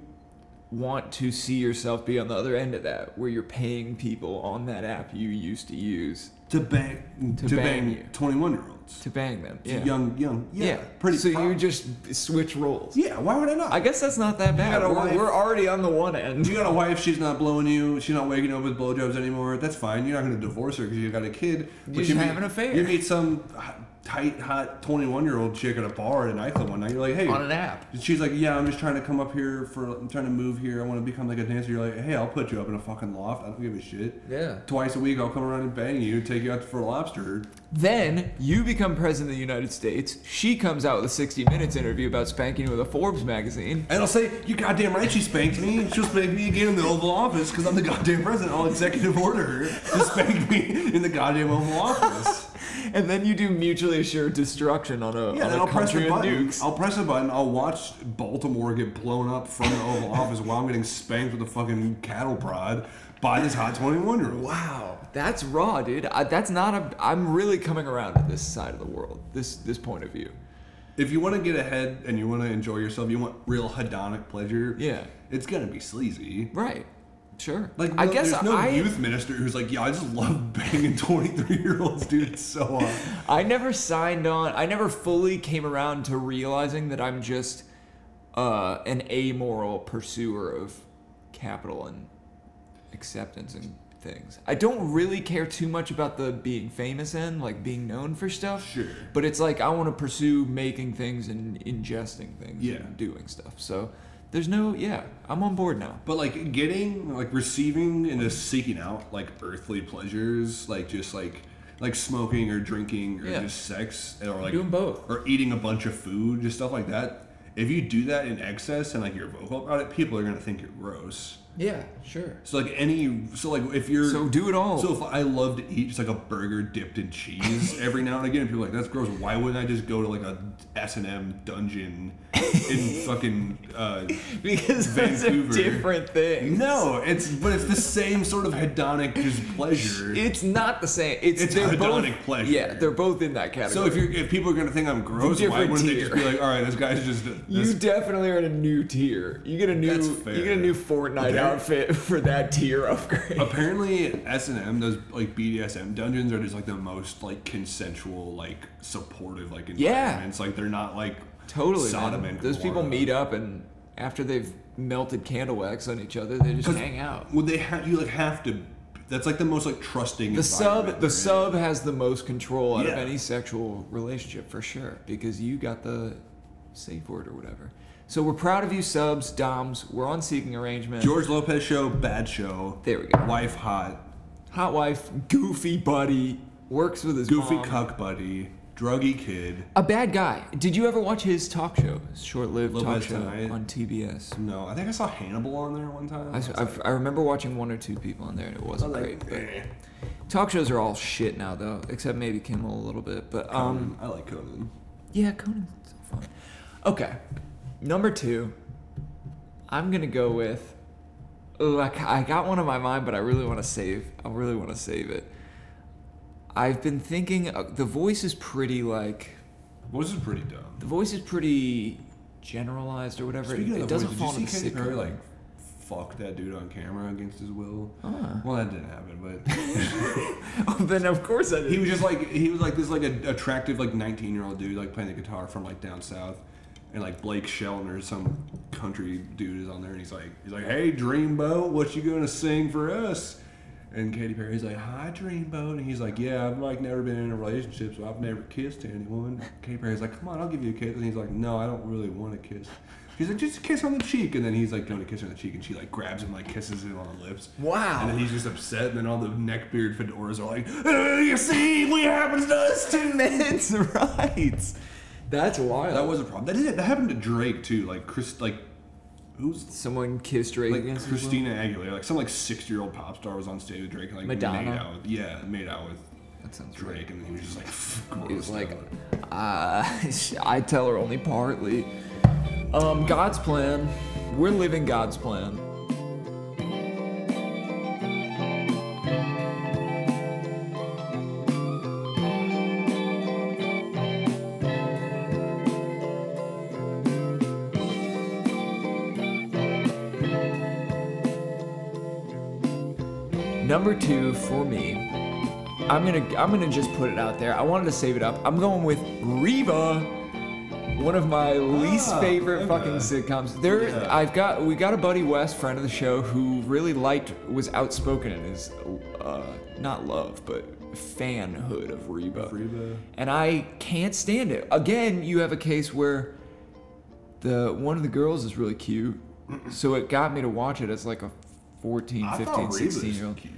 want to see yourself be on the other end of that where you're paying people on that app you used to use
To bang. To,
To
bang,
bang you.
21 year olds.
to bang them?
To Young, young. Yeah. Pretty.
So
pro-
you just switch roles.
Yeah. Why would I not?
I guess that's not that bad.
gotta
We're,
wife-
we're already on the one
If
end.
you got a wife, she's not blowing you, she's not waking up with blowjobs anymore, that's fine. You're not going to divorce her because you got a kid. But
just
you
have an affair.
You meet some hot- tight, hot 21 year old chick at a bar at a nightclub one night. You're like, hey.
On an app.
And She's like, yeah, I'm just trying to come up here for, I'm trying to move here. I want to become like a dancer. You're like, hey, I'll put you up in a fucking loft. I don't give a shit.
Yeah.
Twice a week, I'll come around and bang you, take you out for lobster.
Then you become president of the United States. She comes out with a 60 Minutes interview about spanking you with a Forbes magazine.
And I'll say, you goddamn right she spanked me. She'll spank me again in the Oval Office because I'm the goddamn president. I'll executive order her to spank me in the goddamn Oval Office.
And then you do mutually assured destruction on a,
Yeah,
on
then
a
I'll press the
country of
button.
nukes.
I'll press a button. I'll watch Baltimore get blown up from the Oval Office while I'm getting spanked with a fucking cattle prod by this hot 21 year old.
wow, that's raw, dude. I, that's not a. I'm really coming around to this side of the world, this this point of view.
If you want to get ahead and you want to enjoy yourself, you want real hedonic pleasure.
Yeah.
it's gonna be sleazy.
Right. Sure.
Like
I
no-
guess
there's no
I
youth minister who's like, yeah, I just love banging 23 year olds, dude. It's so hot.
I never signed on. I never fully came around to realizing that I'm just uh, an amoral pursuer of capital and acceptance and things. I don't really care too much about the being famous end, like being known for stuff.
Sure.
But it's like I want to pursue making things and ingesting things
Yeah.
and doing stuff. So there's no, yeah, I'm on board now.
But like getting, like receiving, and just seeking out like earthly pleasures, like just like like smoking or drinking or
Yeah.
just sex or like
Doing both.
or eating a bunch of food, just stuff like that. If you do that in excess and like you're vocal about it, people are gonna think you're gross.
Yeah, sure.
So like any, so like if you're
So do it all.
So if I love to eat just like a burger dipped in cheese every now and again, people are like that's gross. Why wouldn't I just go to like a S and M dungeon in fucking? Uh,
because those are
Vancouver.
different things.
no, it's but it's the same sort of hedonic just pleasure.
It's not the same. It's,
It's
they're
hedonic
both,
pleasure.
Yeah, they're both in that category.
so if you're if people are gonna think I'm gross, why
different
wouldn't they just
tier.
be like, all right, this guy's just this
you definitely are in a new tier. You get a new
That's fair.
you get a new Fortnite
They're-
outfit for that tier upgrade.
Apparently, S and M those like BDSM dungeons are just like the most like consensual, like supportive, like
Yeah.
environments. Like they're not like
Totally.
Sodom
man.
and
Those people
Gomorrah.
meet up and after they've melted candle wax on each other, they just
'Cause
hang out.
Well, they have you like have to. That's like the most like trusting.
The sub
environment
the
they're
sub has the most control out of
Yeah.
any sexual relationship for sure because you got the safe word or whatever. So we're proud of you subs, doms. We're on seeking arrangement.
in. George Lopez show, bad show.
There we go.
Wife hot,
Hot wife, goofy buddy, works with his
goofy
mom.
cuck buddy, druggy kid.
A bad guy. Did you ever watch his talk show? His short-lived talk
Lopez
show
Tonight.
on TBS.
No, I think I saw Hannibal on there one time.
I, s- I've- I remember watching one or two people on there, and it
I
wasn't
was
great.
like,
but-
eh.
Talk shows are all shit now, though, except maybe Kimmel a little bit. But um,
I like Conan.
yeah, Conan's fun. Okay, number two, I'm gonna go with. Like I got one in my mind, but I really want to save. I really want to save it. I've been thinking uh, the voice is pretty like
Voice is pretty dumb.
the voice is pretty generalized or whatever.
Speaking of
it it
the
doesn't
voice,
fall
did you
into
see
the
Katy Perry
sitcom.
like fuck that dude on camera against his will?
Ah.
Well, that didn't happen, but Oh,
then of course I did.
he was just like he was like this like a, attractive like 19 year old dude like playing the guitar from like down south, and like Blake Shelton or some country dude is on there and he's like he's like hey Dreamboat, what you gonna sing for us? And Katy Perry's like, "Hi, Dreamboat," and he's like, "Yeah, I've like never been in a relationship, so I've never kissed anyone." Katy Perry's like, "Come on, I'll give you a kiss," and he's like, "No, I don't really want to kiss." He's like, "Just a kiss on the cheek," and then he's like, going to kiss her on the cheek, and she like grabs him, like kisses him on the lips.
Wow.
And then he's just upset, and then all the neckbeard fedoras are like, "Uh, "You see, what happens to us too."
Men's rights. That's wild.
That was a problem. That did that happened to Drake too. Like Chris, like who's
Someone kissed Reagan.
like
against his will?
Christina Aguilera, like some like sixty year old pop star was on stage with Drake, and like
Madonna.
made out, with, yeah, made out with
That sounds right.
Drake, and then he was just like,
He was
grossed
like,
out.
uh, I tell her only partly. Um, God's plan. We're living God's plan. Number two for me I'm gonna I'm gonna just put it out there. I wanted to save it up. I'm going with Reba, one of my least
Ah,
favorite
okay.
fucking sitcoms. There,
Yeah.
I've got we got a buddy West, friend of the show, who really liked was outspoken in his uh, not love but fanhood of Reba.
Reba.
And I can't stand it. Again, you have a case where the one of the girls is really cute, so it got me to watch it as like a 14,
I
15,
thought Reba
16
was
year old.
cute.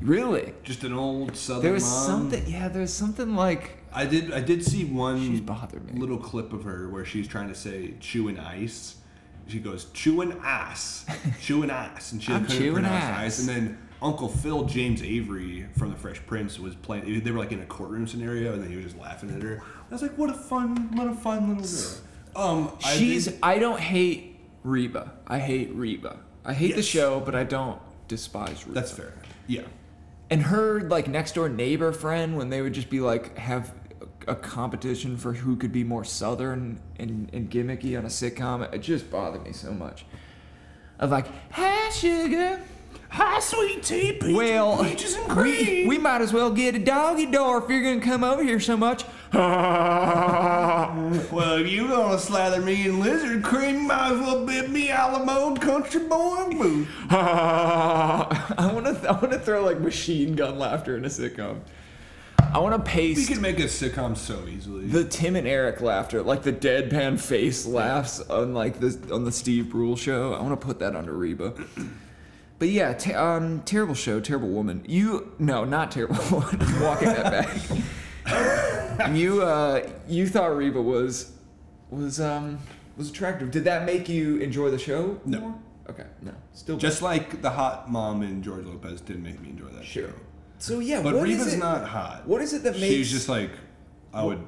Really?
Just an old southern.
There was
mom.
something. Yeah, there's something like
I did. I did see one.
She's bothered me.
Little clip of her where she's trying to say "chewing ice." She goes "chewing ice, chewing ice," and she
I'm
couldn't
chewing
pronounce
ice.
ice. And then Uncle Phil James Avery from The Fresh Prince was playing. They were like in a courtroom scenario, and then he was just laughing at her. I was like, "What a fun, what a fun little girl." Um, I
she's.
think-
I don't hate Reba. I hate Reba. I hate the
Yes.
show, but I don't despise Reba.
that's fair. Yeah,
and her like next door neighbor friend when they would just be like have a competition for who could be more southern and, and gimmicky on a sitcom it just bothered me so much of like hi sugar
hi, sweet tea, peaches,
well
peaches and
we,
cream.
we might as well get a doggy door if you're gonna come over here so much
Well, if you gonna slather me in lizard cream, might as well bid me Alamo country boy boo.
i want to i want to throw like machine gun laughter in a sitcom i want to
We
paste
could make a sitcom so easily.
The Tim and Eric laughter, like the deadpan face laughs on like the on the Steve Brule show. I want to put that under Reba. But yeah, t- um, terrible show, terrible woman. You no, not terrible woman. I'm Walking that back. you uh, you thought Reba was was um was attractive. Did that make you enjoy the show?
No.
more? Okay. No. Still
Just like the hot mom in George Lopez did make me enjoy that
Sure.
show.
So yeah,
But
what is
Reva's
it?
not hot.
what is it that makes-
She's just like, I would,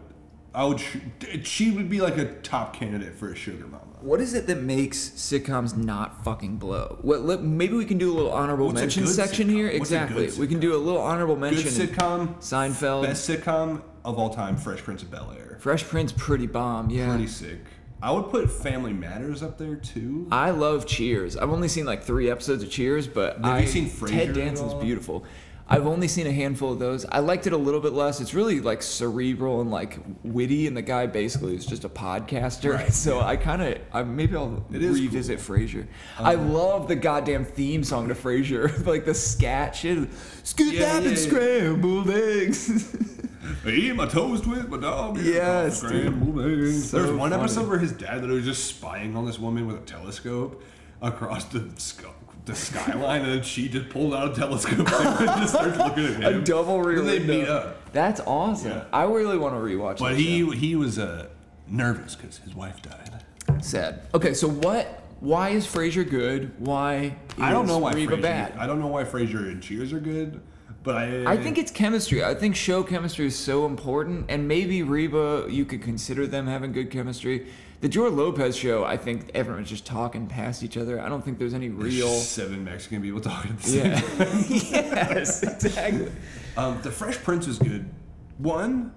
I would. sh- d- She would be like a top candidate for a sugar mama.
What is it that makes sitcoms not fucking blow? What let, maybe we can do a little honorable
What's a
mention
good
section
sitcom?
here.
What's a good
exactly. We can do a little honorable
Good
mention.
sitcom,
Seinfeld,
best sitcom of all time, Fresh Prince of Bel Air.
Fresh Prince, pretty bomb. Yeah.
Pretty sick. I would put Family Matters up there too.
I love Cheers. I've only seen like three episodes of Cheers, but
Have you
I,
seen Frasier
Ted
at
Danson's
all?
beautiful. I've only seen a handful of those. I liked it a little bit less. It's really like cerebral and like witty, and the guy basically is just a podcaster.
Right,
so I kind of, I, maybe I'll
It is Um,
revisit Frasier. I love the goddamn theme song to Frasier, like the scat shit, scoop
Yeah,
up
yeah,
and
yeah.
scrambled eggs.
I eat my toast with my dog.
Yes, dude.
Scrambled eggs.
So
There's one
funny.
episode where his dad literally was just spying on this woman with a telescope across the sc- the skyline, and then she just pulled out a telescope and just started looking at
a
him.
double rear
Then they
window.
meet up,
That's awesome.
Yeah.
I really want to rewatch.
but
that
he he was uh, nervous because his wife died.
Sad. Okay, so what? Why is Frasier good? Why?
I don't
is
know why
Reba
Frasier,
bad.
I don't know why Frasier and Cheers are good, but I
I think it's chemistry. I think show chemistry is so important, and maybe Reba, you could consider them having good chemistry. The George Lopez show, I think everyone's just talking past each other. I don't think there's any real.
seven Mexican people talking at the same
Yeah. yes, exactly.
Um, the Fresh Prince was good. One,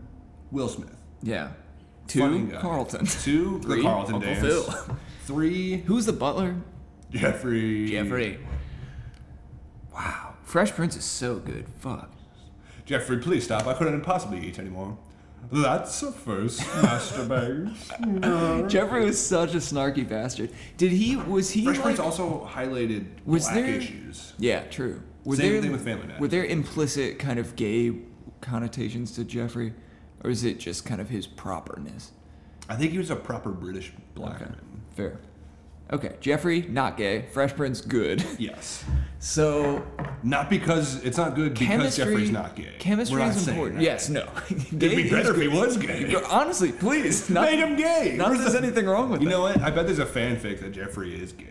Will Smith.
Yeah.
Funny
Two
guy.
Carlton.
Two, the
Three,
Carlton
Uncle
dance.
Phil.
Three,
Who's the butler?
Jeffrey.
Wow. Fresh Prince is so good. Fuck.
Jeffrey, please stop. I couldn't possibly eat anymore. That's a first, Master Banks. No.
Jeffrey was such a snarky bastard. Did he? Was he?
Fresh
like-
Prince also highlighted
Was
black
there-
issues.
Yeah, true. Was
Same thing with Family Matters.
Were there implicit kind of gay connotations to Jeffrey, or is it just kind of his properness?
I think he was a proper British black
Okay,
man.
fair. Okay, Jeffrey not gay. Fresh Prince good.
Yes.
So
Not because it's not good because
chemistry.
Jeffrey's not gay.
Chemistry
We're not
is
saying
important.
that.
Yes, no.
It'd
Gay
be
is
better if he
good.
was gay.
Honestly, please. Not,
Made him gay.
Not
Where's
that there's
the-
anything wrong with
You
that.
know what? I bet there's a fanfic that Jeffrey is gay.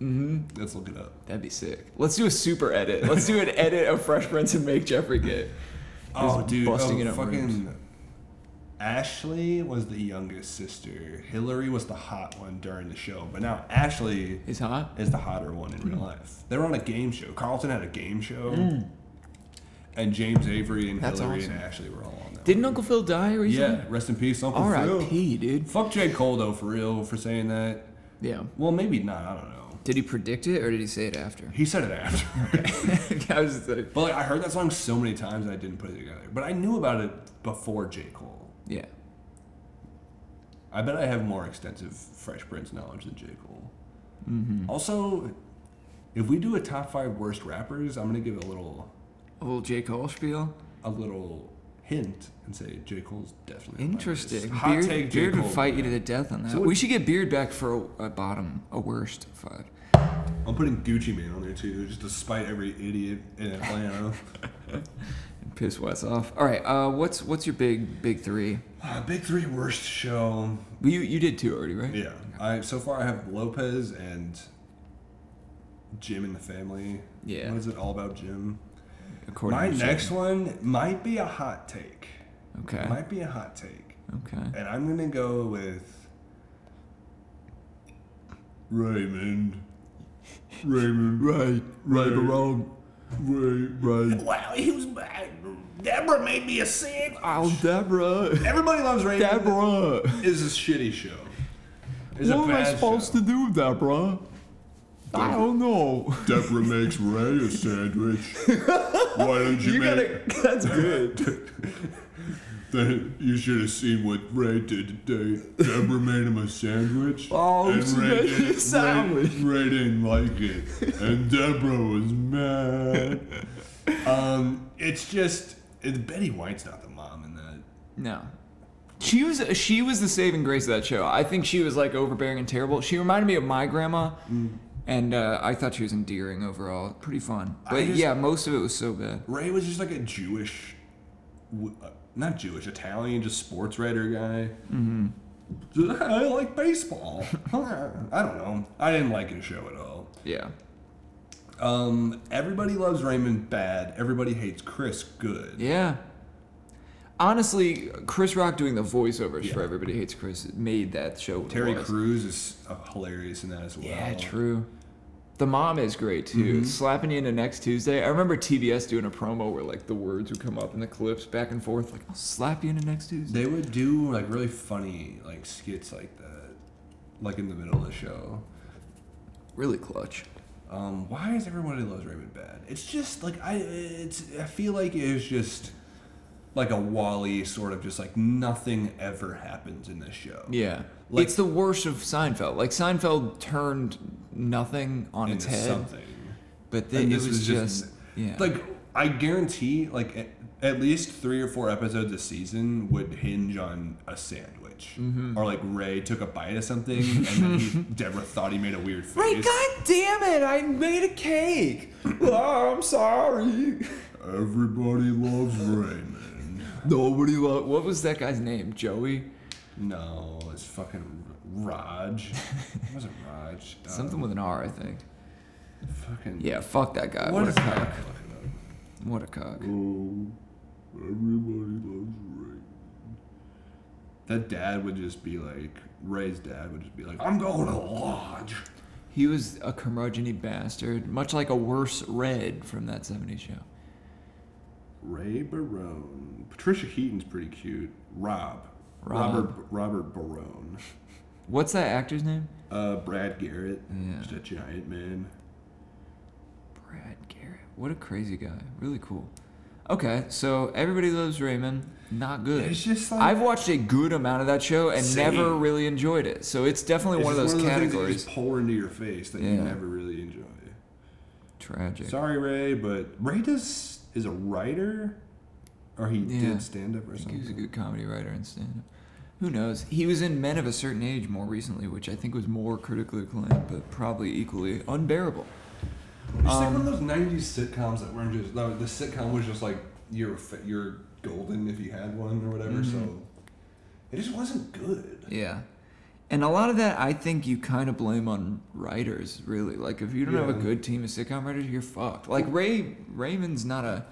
Mm-hmm. Let's look it up.
That'd be sick. Let's do a super edit. Let's do an edit of Fresh Prince and make Jeffrey gay.
Oh,
Just
dude.
busting
oh,
it up
fucking
rooms.
Ashley was the youngest sister. Hillary was the hot one during the show, but now Ashley
He's hot.
is the hotter one in real life. They were on a game show. Carlton had a game show, and James Avery and
Mm. That's
Hillary and
awesome.
Ashley were all on that.
Didn't Uncle Phil die
one.
recently?
yeah, rest in peace, Uncle Phil.
R.I.P. Dude.
Fuck J. Cole though, for real, for saying that.
Yeah.
Well, maybe not. I don't know.
Did he predict it or did he say it after?
He said it after.
I was just like,
But like I heard that song so many times I didn't put it together. But I knew about it before J. Cole.
yeah.
I bet I have more extensive Fresh Prince knowledge than J. Cole.
Mm-hmm.
Also, if we do a top five worst rappers, I'm gonna give a little
A little J. Cole spiel.
a little hint and say J. Cole's definitely on my list.
Interesting.
Hot
Beard,
take J.
Beard
Cole.
would fight you to the death on that.
So what-
we should get Beard back for a, a bottom, a worst five.
I'm putting Gucci Mane on there too, just to spite every idiot in Atlanta.
And piss Wes off. All right. Uh, what's what's your big big three?
uh, big three worst show.
You you did two already, right?
Yeah. I so far I have Lopez and Jim and the family.
Yeah.
What is it all about Jim?
According
My
to Jim.
next one might be a hot take.
Okay.
Might be a hot take.
Okay.
And I'm gonna go with Raymond. Raymond.
Right.
right or
wrong.
Ray,
Right.
Wow, he was I- Deborah made me a sandwich.
Oh, Deborah.
Everybody loves Raymond.
Deborah.
is a shitty show. It's
what am I supposed to do, Deborah? I don't know.
Deborah makes Ray a sandwich. Why don't
You gotta. That's good.
Then you should have seen what Ray did today. Deborah made him a sandwich.
Oh, she made him a
didn't- Ray-
sandwich.
Ray, didn't like it, and Deborah was mad. Um, it's just it's Betty White's not the mom in that.
no. She was she was the saving grace of that show. I think she was like overbearing and terrible. She reminded me of my grandma,
Mm.
and uh, I thought she was endearing overall. Pretty fun,
I
but
just-
yeah, most of it was so bad.
Ray was just like a
Mm-hmm.
Jewish, w- uh, not Jewish, Italian, just sports writer guy. I like baseball. I don't know. I didn't like his show at all.
Yeah.
Um, everybody loves Raymond bad. Everybody hates Chris good.
Yeah. Honestly, Chris Rock doing the voiceovers for
Yeah.
Everybody Hates Chris made that show. what it
Terry
was.
Crews is uh, hilarious in that as well.
Yeah, true. The mom is great too. Slapping you into next Tuesday. I remember TBS doing a promo where like the words would come up in the clips back and forth, like "I'll slap you into next Tuesday."
They would do like really funny like skits like that, like in the middle of the show.
Really clutch.
Um, why is everybody loves Raymond bad? It's just like I, it's I feel like it was just like a Wally sort of just like nothing ever happens in this show.
Yeah,
Like-
it's the worst of Seinfeld. Like Seinfeld turned nothing on its
into
head,
something.
but then
And
it
this
was,
was
just,
just-
yeah,
Like I guarantee, like at, at least three or four episodes a season would hinge on a sandwich,
Mm-hmm.
or like Ray took a bite of something, and then he, Deborah thought he made a weird face.
Ray, God damn it! I made a cake. oh, I'm sorry.
Everybody loves Raymond.
Nobody. Lo- what was that guy's name? Joey?
No, it's fucking Raj. It wasn't Raj. Um,
Something with an R, I think.
fucking.
Yeah, fuck that guy. What,
What
a
is
cock.
that? Fucking-
What a cock.
Oh, everybody loves Ray. That dad would just be like, Ray's dad would just be like, I'm going to the lodge.
He was a curmudgeony bastard, much like a worse Red from that 70s show.
Ray Barone. Patricia Heaton's pretty cute. Rob.
Rob.
Robert Robert Barone.
What's that actor's name?
Uh, Brad Garrett.
Yeah.
Just a giant man.
Brad Garrett. What a crazy guy. Really cool. Okay, so everybody loves Raymond. Not good.
It's just like-
I've watched a good amount of that show and
Same.
never really enjoyed it. So it's definitely
It's
one of
just
those
things that you
categories.
just pour into your face that
Yeah.
you never really enjoy.
Tragic.
Sorry, Ray, but Ray does is a writer, or he
Yeah.
did stand up or
I think
something.
he was a good comedy writer and stand up. Who knows? He was in Men of a Certain Age more recently, which I think was more critically acclaimed, but probably equally unbearable.
It's like
Um,
one of those '90s sitcoms that weren't just no, the sitcom was just like you're fa- you're golden if you had one or whatever.
Mm-hmm.
So it just wasn't good.
Yeah. And a lot of that, I think you kind of blame on writers, really. Like, if you don't have a
Yeah.
good team of sitcom writers, you're fucked. Like, Ray Raymond's not a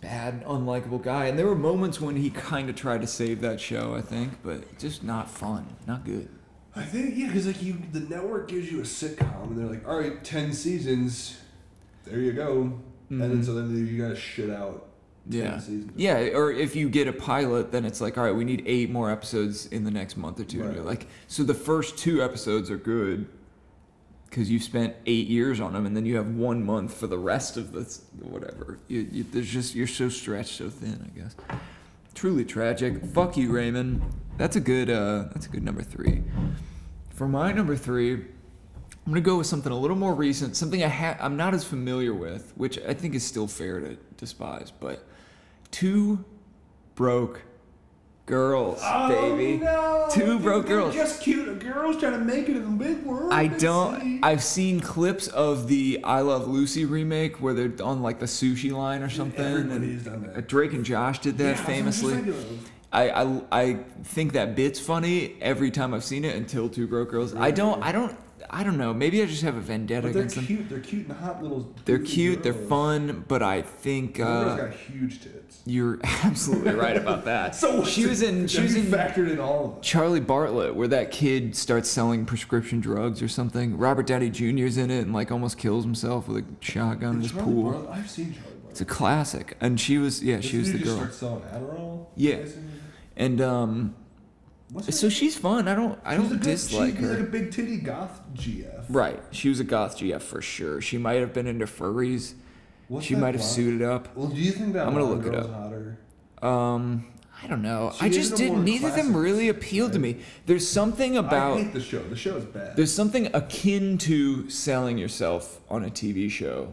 bad, unlikable guy. And there were moments when he kind of tried to save that show, I think, but just not fun. Not good.
I think yeah, because like you, the network gives you a sitcom, and they're like, all right, ten seasons, there you go, and then so then you gotta shit out. 10
Mm-hmm. Yeah.
seasons.
Yeah, or if you get a pilot, then it's like, all right, we need eight more episodes in the next month or two. And
Right.
you're like, so the first two episodes are good because you spent eight years on them, and then you have one month for the rest of the whatever. You, you, there's just you're so stretched so thin, I guess. Truly tragic. Fuck you, Raymond. That's a good. Uh, that's a good number three. For my number three. I'm gonna go with something a little more recent, something I ha- I'm not as familiar with, which I think is still fair to despise, but two broke girls, baby.
Oh, no,
Two broke
They're
girls.
Just cute girls trying to make it in the big world.
I
big city.
don't. I've seen clips of the "I Love Lucy" remake where they're on like the sushi line or something.
everybody's
and uh,
done that.
Drake and Josh did
Yeah, I
that
was just
famously.
like, uh,
I, I, I think that bit's funny every time I've seen it until Two Broke Girls. I don't. I don't. I don't know. Maybe I just have a vendetta
But they're
against them.
cute. They're cute and hot little.
They're
goofy
cute, they're
girls.
fun, but I think
One girl's
uh,
got huge tits.
you're absolutely right about that.
So
she was in she was
have you
in
factored in all of them.
Charlie Bartlett, where that kid starts selling prescription drugs or something. Robert Downey Jr.'s in it and like almost kills himself with a shotgun in his
Charlie
pool.
Bartlett- I've seen Charlie Bartlett.
It's a classic, and she was yeah, she was the
Just
girl,
start selling Adderall.
Yeah.
Basically.
and um,
What's her
so she's fun. I don't I
She's a
don't
good-
dislike
she'd be
her.
like a big titty goth GF.
Right, she was a goth GF for sure. She might have been into furries.
What's
she
that
might have
blonde-
suited up.
Well, do you think that
I'm gonna
blonde
look it
girl's
up.
hotter?
Um, I don't know.
She
I
is
just
a
didn't.
more
Neither of them
classic
really
person,
appealed to
right?
me. There's something
I
about
hate the show. The show is bad.
there's something akin to selling yourself on a TV show,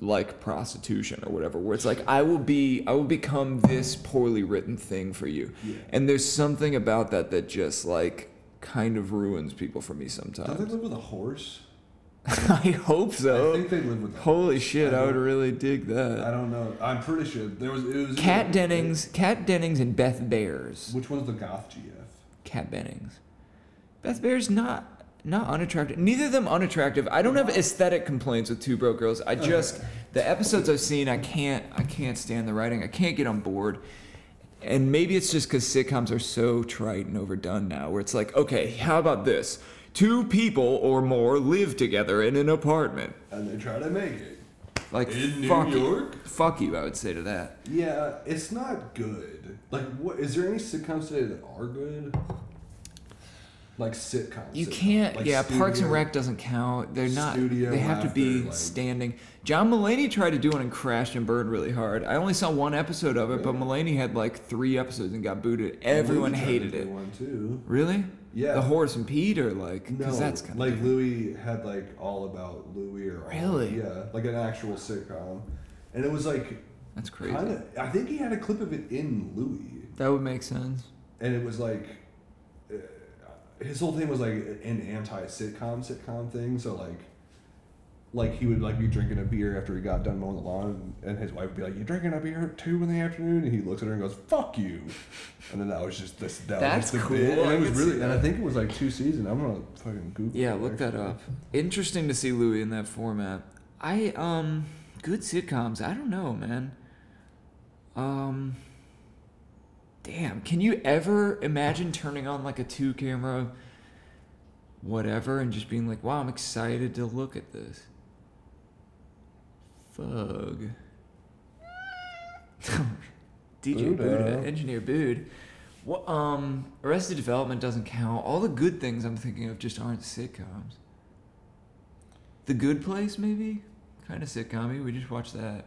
like prostitution or whatever, where it's like I will be, I will become this poorly written thing for you,
Yeah.
and there's something about that that just like kind of ruins people for me
Don't they
sometimes.
live with a horse?
I hope
I
so.
think they live with. A,
Holy shit, I,
I
would
don't-
really dig
I
that.
don't know. I'm pretty sure there was. It was
Kat Dennings, Kat Dennings, and Beth Bears.
Which one's the goth GF?
Kat Bennings. Beth Bear's not not unattractive. Neither of them unattractive. I don't have aesthetic complaints with Two Broke Girls. I just the episodes I've seen, I can't I can't stand the writing. I can't get on board. And maybe it's just because sitcoms are so trite and overdone now, where it's like, okay, how about this? Two people or more live together in an apartment.
And they try to make it.
Like
In New
fuck you.
York?
Fuck you, I would say to that.
Yeah, it's not good. Like, what is there any sitcoms today that are good? Like sitcoms.
You
sitcoms.
can't.
Like
yeah, Parks and
Studio-
Rec doesn't count. They're not.
Studio
they have to be
laughter, like-
standing. John Mulaney tried to do one and crashed and burned really hard. I only saw one episode of it, but Mulaney had like three episodes and got booted. Everyone
Louis tried to
hated
do
it.
One too.
Really?
Yeah.
The Horace and Peter, like, because
No,
that's kind
like
of
Louis had like all about Louis or all-
Really?
yeah, like an actual sitcom, and it was like
that's crazy.
kind of. I think he had a clip of it in Louis,
That would make sense.
and it was like uh, his whole thing was like an anti-sitcom sitcom thing. So like, like he would like be drinking a beer after he got done mowing the lawn, and, and his wife would be like, "You drinking a beer at two in the afternoon?" And he looks at her and goes, "Fuck you," and then that was just this. That
That's
was just the
cool.
bit, And
I
it was
could see
really, and I
that.
think it was like two seasons. I'm gonna fucking Google.
Yeah,
it,
look that
actually.
up. Interesting to see Louis in that format. I um good sitcoms. I don't know, man. Um Damn, can you ever imagine turning on like a two camera whatever and just being like, "Wow, I'm excited to look at this." Fug. DJ Buddha,
Buddha.
engineer Bood. What, um, Arrested Development doesn't count. All the good things I'm thinking of just aren't sitcoms. The Good Place, maybe, kind of sitcom. We just watched that.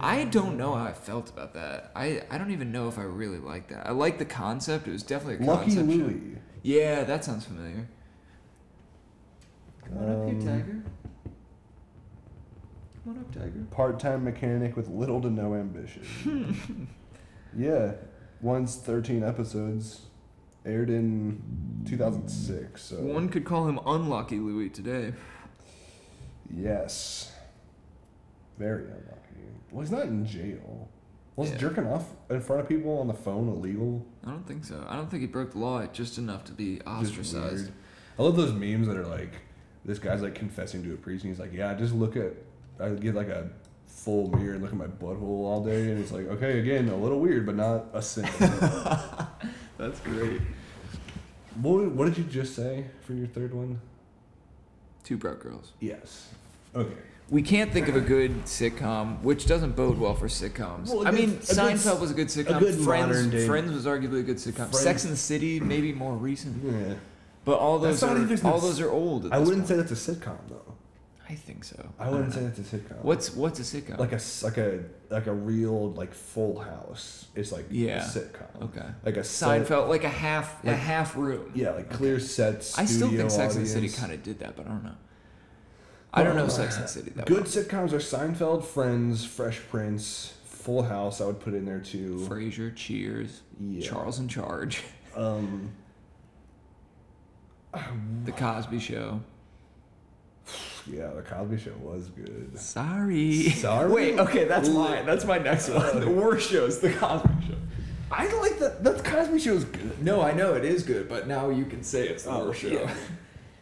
I don't know how I felt about that. I, I don't even know if I really liked that. I liked the concept. It was definitely a
Lucky
concept show.
Louie.
Yeah, that sounds familiar. Come on up
Um,
here, Tiger. Come on up, Tiger.
Part-time mechanic with little to no ambition. yeah, one's 13 episodes, aired in 2006. So
One could call him Unlucky Louie today.
yes, very unlucky. Well, he's not in jail. Was
Yeah.
jerking off in front of people on the phone illegal?
I don't think so. I don't think he broke the law just enough to be
Just
ostracized.
weird. I love those memes that are like, this guy's like confessing to a priest, and he's like, "Yeah, I just look at, I get like a full mirror and look at my butthole all day," and it's like, okay, again, a little weird, but not a sin.
That's great.
what, what did you just say for your third one?
Two broke girls.
Yes. Okay.
We can't think of a good sitcom, which doesn't bode well for sitcoms.
Well, a
I
good-
mean,
a good
Seinfeld
s-
was a good sitcom.
good modern
Friends,
day-
Friends was arguably a good sitcom.
Friends-
Sex and the City, maybe more recent.
Yeah.
But all
That's
those
not
are,
even-
all those are old. at
I
this
wouldn't say
point.
that's a sitcom though.
I think so.
I wouldn't say
don't know.
that's a sitcom.
Uh-huh. What's what's a sitcom?
like a s- like a like a real like Full House? It's like
Yeah.
a sitcom.
okay.
Like a set-
Seinfeld, like a half a
like-
half room.
Yeah, like clear sets.
I still think Sex and the
audience.
City kind of did that, but I don't know. I don't know
Well,
Sex and the City that
Good sitcoms are Seinfeld, Friends, Fresh Prince, Full House. I would put in there
well.
too.
Frasier, Cheers,
Yeah.
Charles in Charge,
Um,
The Cosby Show.
yeah, The Cosby Show was good.
Sorry.
Sorry?
Wait. Okay, that's mine. That's my next one. The worst show is The Cosby Show.
I like that. The Cosby Show is good.
No, I know it is good, but now you can say it's the
Oh,
worst show.
yeah.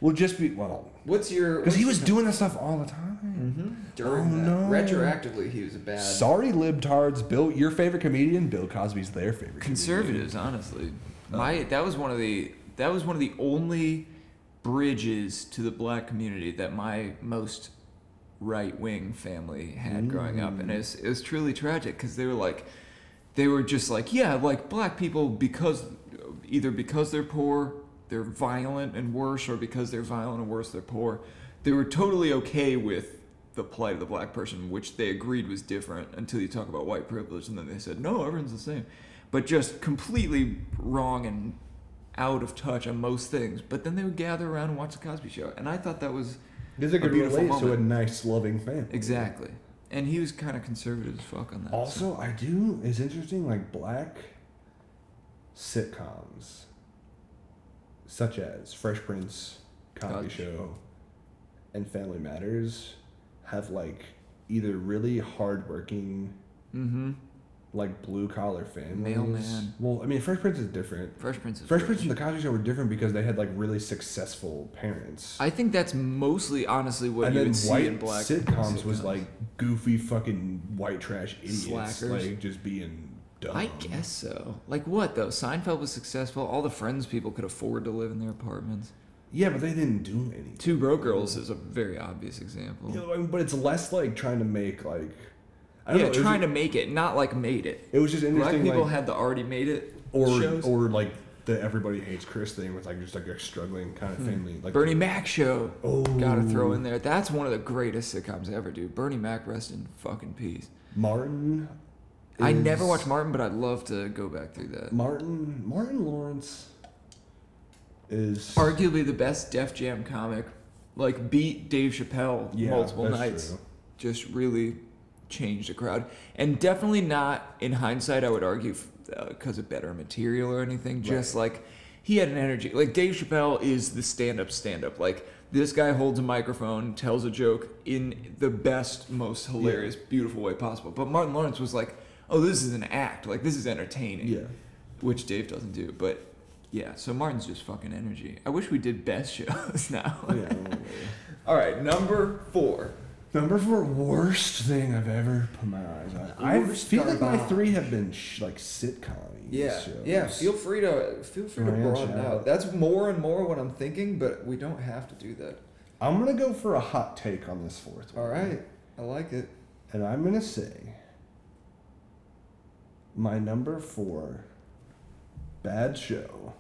Well, just be well
What's your?
because he was doing that stuff all the time.
Mm-hmm. during
Oh,
that.
no.
Retroactively, he was a bad.
Sorry, libtards. Bill, your favorite comedian, Bill Cosby's their favorite.
conservatives honestly my that was one of the that was one of the only bridges to the black community that my most right-wing family had growing up and it was, it was truly tragic because they were like they were just like yeah like black people because either because they're poor they're violent and worse or because they're violent and worse they're poor they were totally okay with the plight of the black person, which they agreed was different until you talk about white privilege, and then they said, no, everyone's the same. But just completely wrong and out of touch on most things. But then they would gather around and watch The Cosby Show. And I thought that was
Because they
A
could
beautiful
relate to a
moment.
nice, loving family.
exactly. And he was kind of conservative as fuck on that. so-
Also, I do. It's interesting, like black sitcoms, such as Fresh Prince, Comedy
Cosby
Show, and Family Matters, have like either really hardworking,
Mhm.
like blue collar families.
Mailman.
Well, I mean, Fresh Prince is different.
Fresh Prince is
Fresh
great.
Prince and the Cosby Show were different because they had like really successful parents.
I think that's mostly, honestly, what
and
you
then
would see in
white
black
sitcoms was
sitcoms.
like goofy fucking white trash idiots,
Slackers.
like just being dumb.
I guess so. Like what though? Seinfeld was successful. All the Friends people could afford to live in their apartments.
Yeah, but they didn't do anything.
Two Broke Girls is a very obvious example.
You know, I mean, but it's less like trying to make like. I don't
yeah,
know, it was
trying to make it, not like made it.
It was just
Black
interesting,
people
like,
had the already made it
or
shows.
or like the everybody hates Chris thing with like just like a struggling kind of family, like
Hmm. Bernie Mac show.
Oh.
Gotta throw in there. That's one of the greatest sitcoms ever, dude. Bernie Mac, rest in fucking peace.
Martin.
I never
is-
watched Martin, but I'd love to go back through that.
Martin. Martin Lawrence is
Arguably the best Def Jam comic, like beat Dave Chappelle
Yeah,
multiple
that's
nights.
true.
Just really changed the crowd, and definitely not in hindsight. I would argue because of better material or anything. Just like he had an energy. Like Dave Chappelle is the stand-up stand-up. Like this guy holds a microphone, tells a joke in the best, most hilarious, beautiful way possible. But Martin Lawrence was like, "Oh, this is an act. Like this is entertaining."
Yeah.
which Dave doesn't do, but. Yeah, so Martin's just fucking energy. I wish we did best shows now.
Yeah, I don't know.
All right, number four.
Number four worst thing I've ever put my eyes on. I
Worst
feel like my
garbage.
three have been sh- like sitcom.
Yeah,
shows.
yeah. Feel free to feel free to
Branch
broaden
out.
out. That's more and more what I'm thinking, but we don't have to do that.
I'm gonna go for a hot take on this fourth one.
All right, I like it.
And I'm going to say my number four bad show.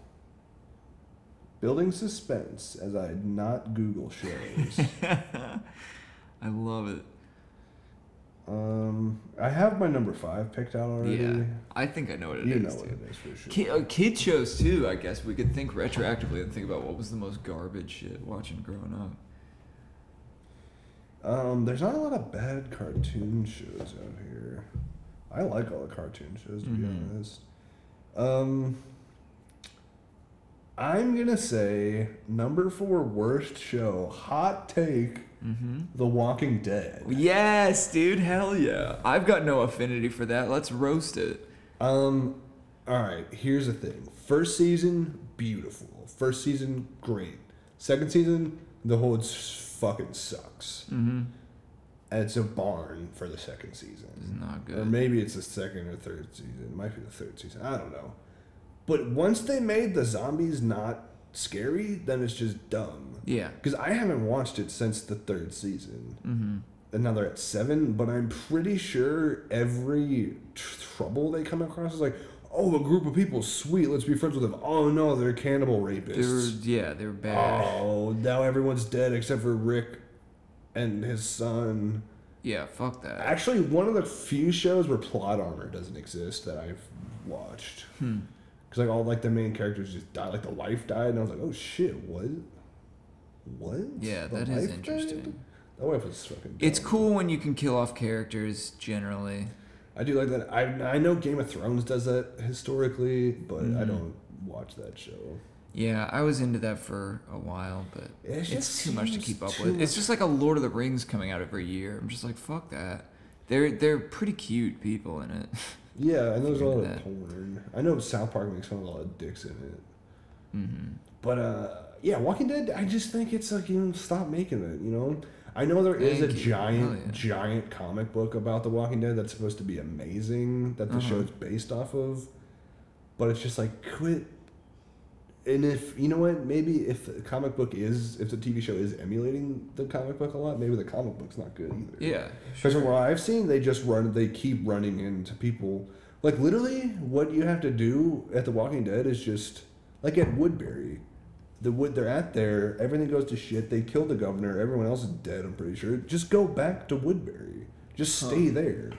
Building suspense as I did not Google shows.
I love it.
um, I have my number five picked out already.
Yeah, I think I know what it is.
you know what
too.
it is for sure.
Ki- uh, kid shows too. I guess we could think retroactively and think about what was the most garbage shit watching growing up.
Um, there's not a lot of bad cartoon shows out here. I like all the cartoon shows to
Mhm.
be honest. Um, I'm gonna say number four worst show, hot take,
Mm-hmm.
The Walking Dead.
Yes, dude. Hell yeah. I've got no affinity for that. Let's roast it.
Um, all right. Here's the thing. First season, beautiful. First season, great. Second season, the whole s- fucking sucks.
Mm-hmm.
And it's a barn for the second season.
It's not
Or
good.
maybe it's the second or third season. It might be the third season. I don't know. But once they made the zombies not scary, then it's just dumb.
Yeah.
Because I haven't watched it since the third season.
Mm-hmm.
And now they're at seven, but I'm pretty sure every tr- trouble they come across is like, oh, a group of people, sweet, let's be friends with them. Oh no, they're cannibal
They were,
rapists.
yeah, they were bad.
Oh, now everyone's dead except for Rick and his son.
Yeah, fuck that.
Actually, one of the few shows where plot armor doesn't exist that I've watched.
Hmm.
Because like all like the main characters just died, like the wife died, and I was like, oh shit, what? What?
Yeah,
The
that is
wife
interesting.
died? That wife was fucking. Dumb.
It's cool when you can kill off characters generally.
I do like that. I I know Game of Thrones does that historically, but I
Hmm.
don't watch that show.
Yeah, I was into that for a while, but
It
it's,
just
too much to
seems
keep up
too
with. It's
much-
just like a Lord of the Rings coming out every year. I'm just like, fuck that. They're they're pretty cute people in it.
Yeah, I know there's a lot of
That-
porn. I know South Park makes fun of a lot of dicks in it.
hmm
But uh, yeah, Walking Dead. I just think it's like you know, stop making it. You know, I know there is
Thank
a
you.
giant,
Hell yeah.
giant comic book about the Walking Dead that's supposed to be amazing that the
Uh-huh.
show's based off of, but it's just like quit. And if you know what, maybe if the comic book is, if the TV show is emulating the comic book a lot, maybe the comic book's not good either.
Yeah,
Because from what I've seen, they just run. They keep running into people. Like literally, what you have to do at The Walking Dead is just like at Woodbury. The wood they're at there, everything goes to shit. They kill the governor. Everyone else is dead. I'm pretty sure. Just go back to Woodbury. Just stay there.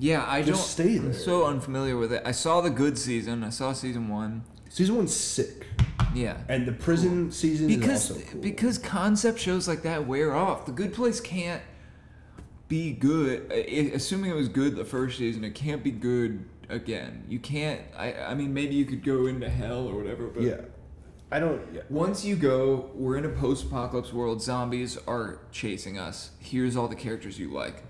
yeah. I
Just
don't.
stay there.
I'm so unfamiliar with it. I saw the good season. I saw season one.
Season one's sick,
Yeah.
and the prison season
because
is also cool.
because concept shows like that wear off. The Good Place can't be good. I- I- Assuming it was good the first season, it can't be good again. You can't. I I mean, maybe you could go into hell or whatever. But
yeah, I don't. Yeah.
Once you go, we're in a post-apocalypse world. Zombies are chasing us. Here's all the characters you like.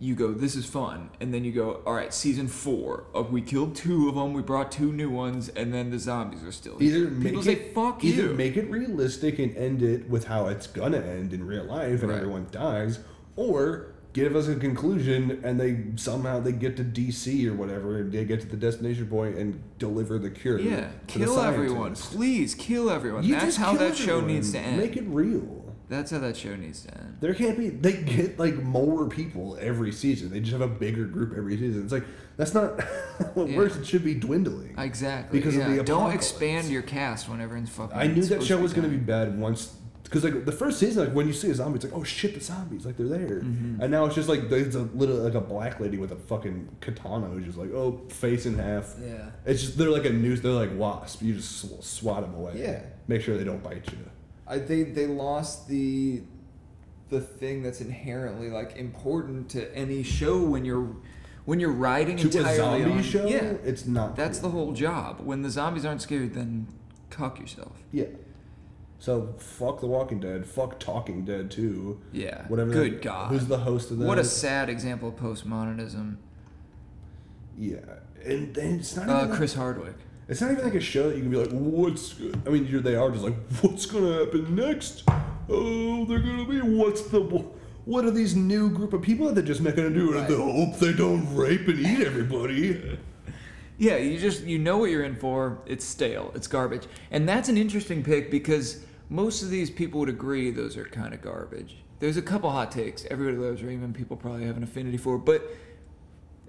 you go, this is fun, and then you go, all right, season four. Uh, we killed two of them. We brought two new ones, and then the zombies are still here.
Either make
People
it,
say, "Fuck
either
you."
make it realistic and end it with how it's gonna end in real life, and
Right.
everyone dies, or give us a conclusion and they somehow they get to DC or whatever, and they get to the destination point and deliver the cure.
yeah,
to the
kill everyone,
scientist.
please kill everyone.
You
That's
just
how
kill
that show
everyone.
needs to end.
Make it real.
That's how that show needs to end.
There can't be. They get like more people every season. They just have a bigger group every season. It's like that's not what
Yeah.
works. It should be dwindling.
Exactly.
Because of
yeah.
the
don't
apocalypse.
expand your cast when everyone's fucking.
I knew that
supposed
show was going to
done.
be bad once because like the first season, like when you see a zombie, it's like oh shit, the zombies, like they're there,
Mm-hmm.
and now it's just like there's a little like a black lady with a fucking katana who's just like oh face in half.
Yeah.
It's just they're like a noose. They're like wasp. You just sw- swat them away.
Yeah.
Make sure they don't bite you.
I they they lost the the thing that's inherently like important to any show when you're when you're riding
To
entirely
a zombie
on-
show,
Yeah,
it's not.
that's
cool.
the whole job. When the zombies aren't scared, then cock yourself.
Yeah. So fuck The Walking Dead. Fuck Talking Dead too.
Yeah.
Whatever.
Good
that-
God.
Who's the host of that?
What a sad example of postmodernism.
yeah. And, and it's not.
Uh,
even
Chris Hardwick.
like, it's not even like a show that you can be like, what's? I mean, you're, they are just like, what's gonna happen next? Oh, they're gonna be. What's the? What are these new group of people that just not gonna do? And
Right.
they hope they don't rape and eat everybody.
Yeah, you just you know what you're in for. It's stale. It's garbage. And that's an interesting pick because most of these people would agree those are kind of garbage. There's a couple hot takes everybody loves Raymond. People probably have an affinity for, but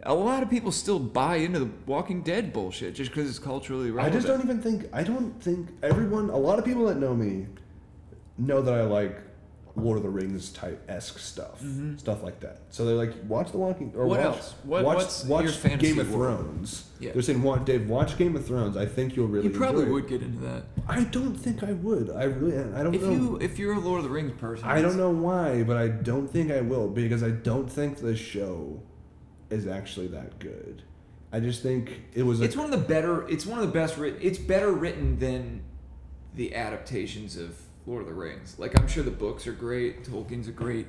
a lot of people still buy into the Walking Dead bullshit just because it's culturally
I
relevant.
just don't even think. I don't think everyone. A lot of people that know me know that I like Lord of the Rings type esque stuff, stuff like that. So they're like, watch The Walking or
Mm-hmm. What
watch,
else? What-
watch,
what's
watch
your fantasy
Game of
world?
Thrones.
Yeah.
They're saying, "Wa- Dave, watch Game of Thrones. I think you'll really.
You probably
enjoy it."
would get into that
I don't think I would. I really. I don't
if
know.
you if you're a Lord of the Rings person.
I don't know why, but I don't think I will because I don't think the show is actually that good. I just think it was. A,
It's one of the better. It's one of the best written. It's better written than the adaptations of Lord of the Rings. Like I'm sure the books are great. Tolkien's a great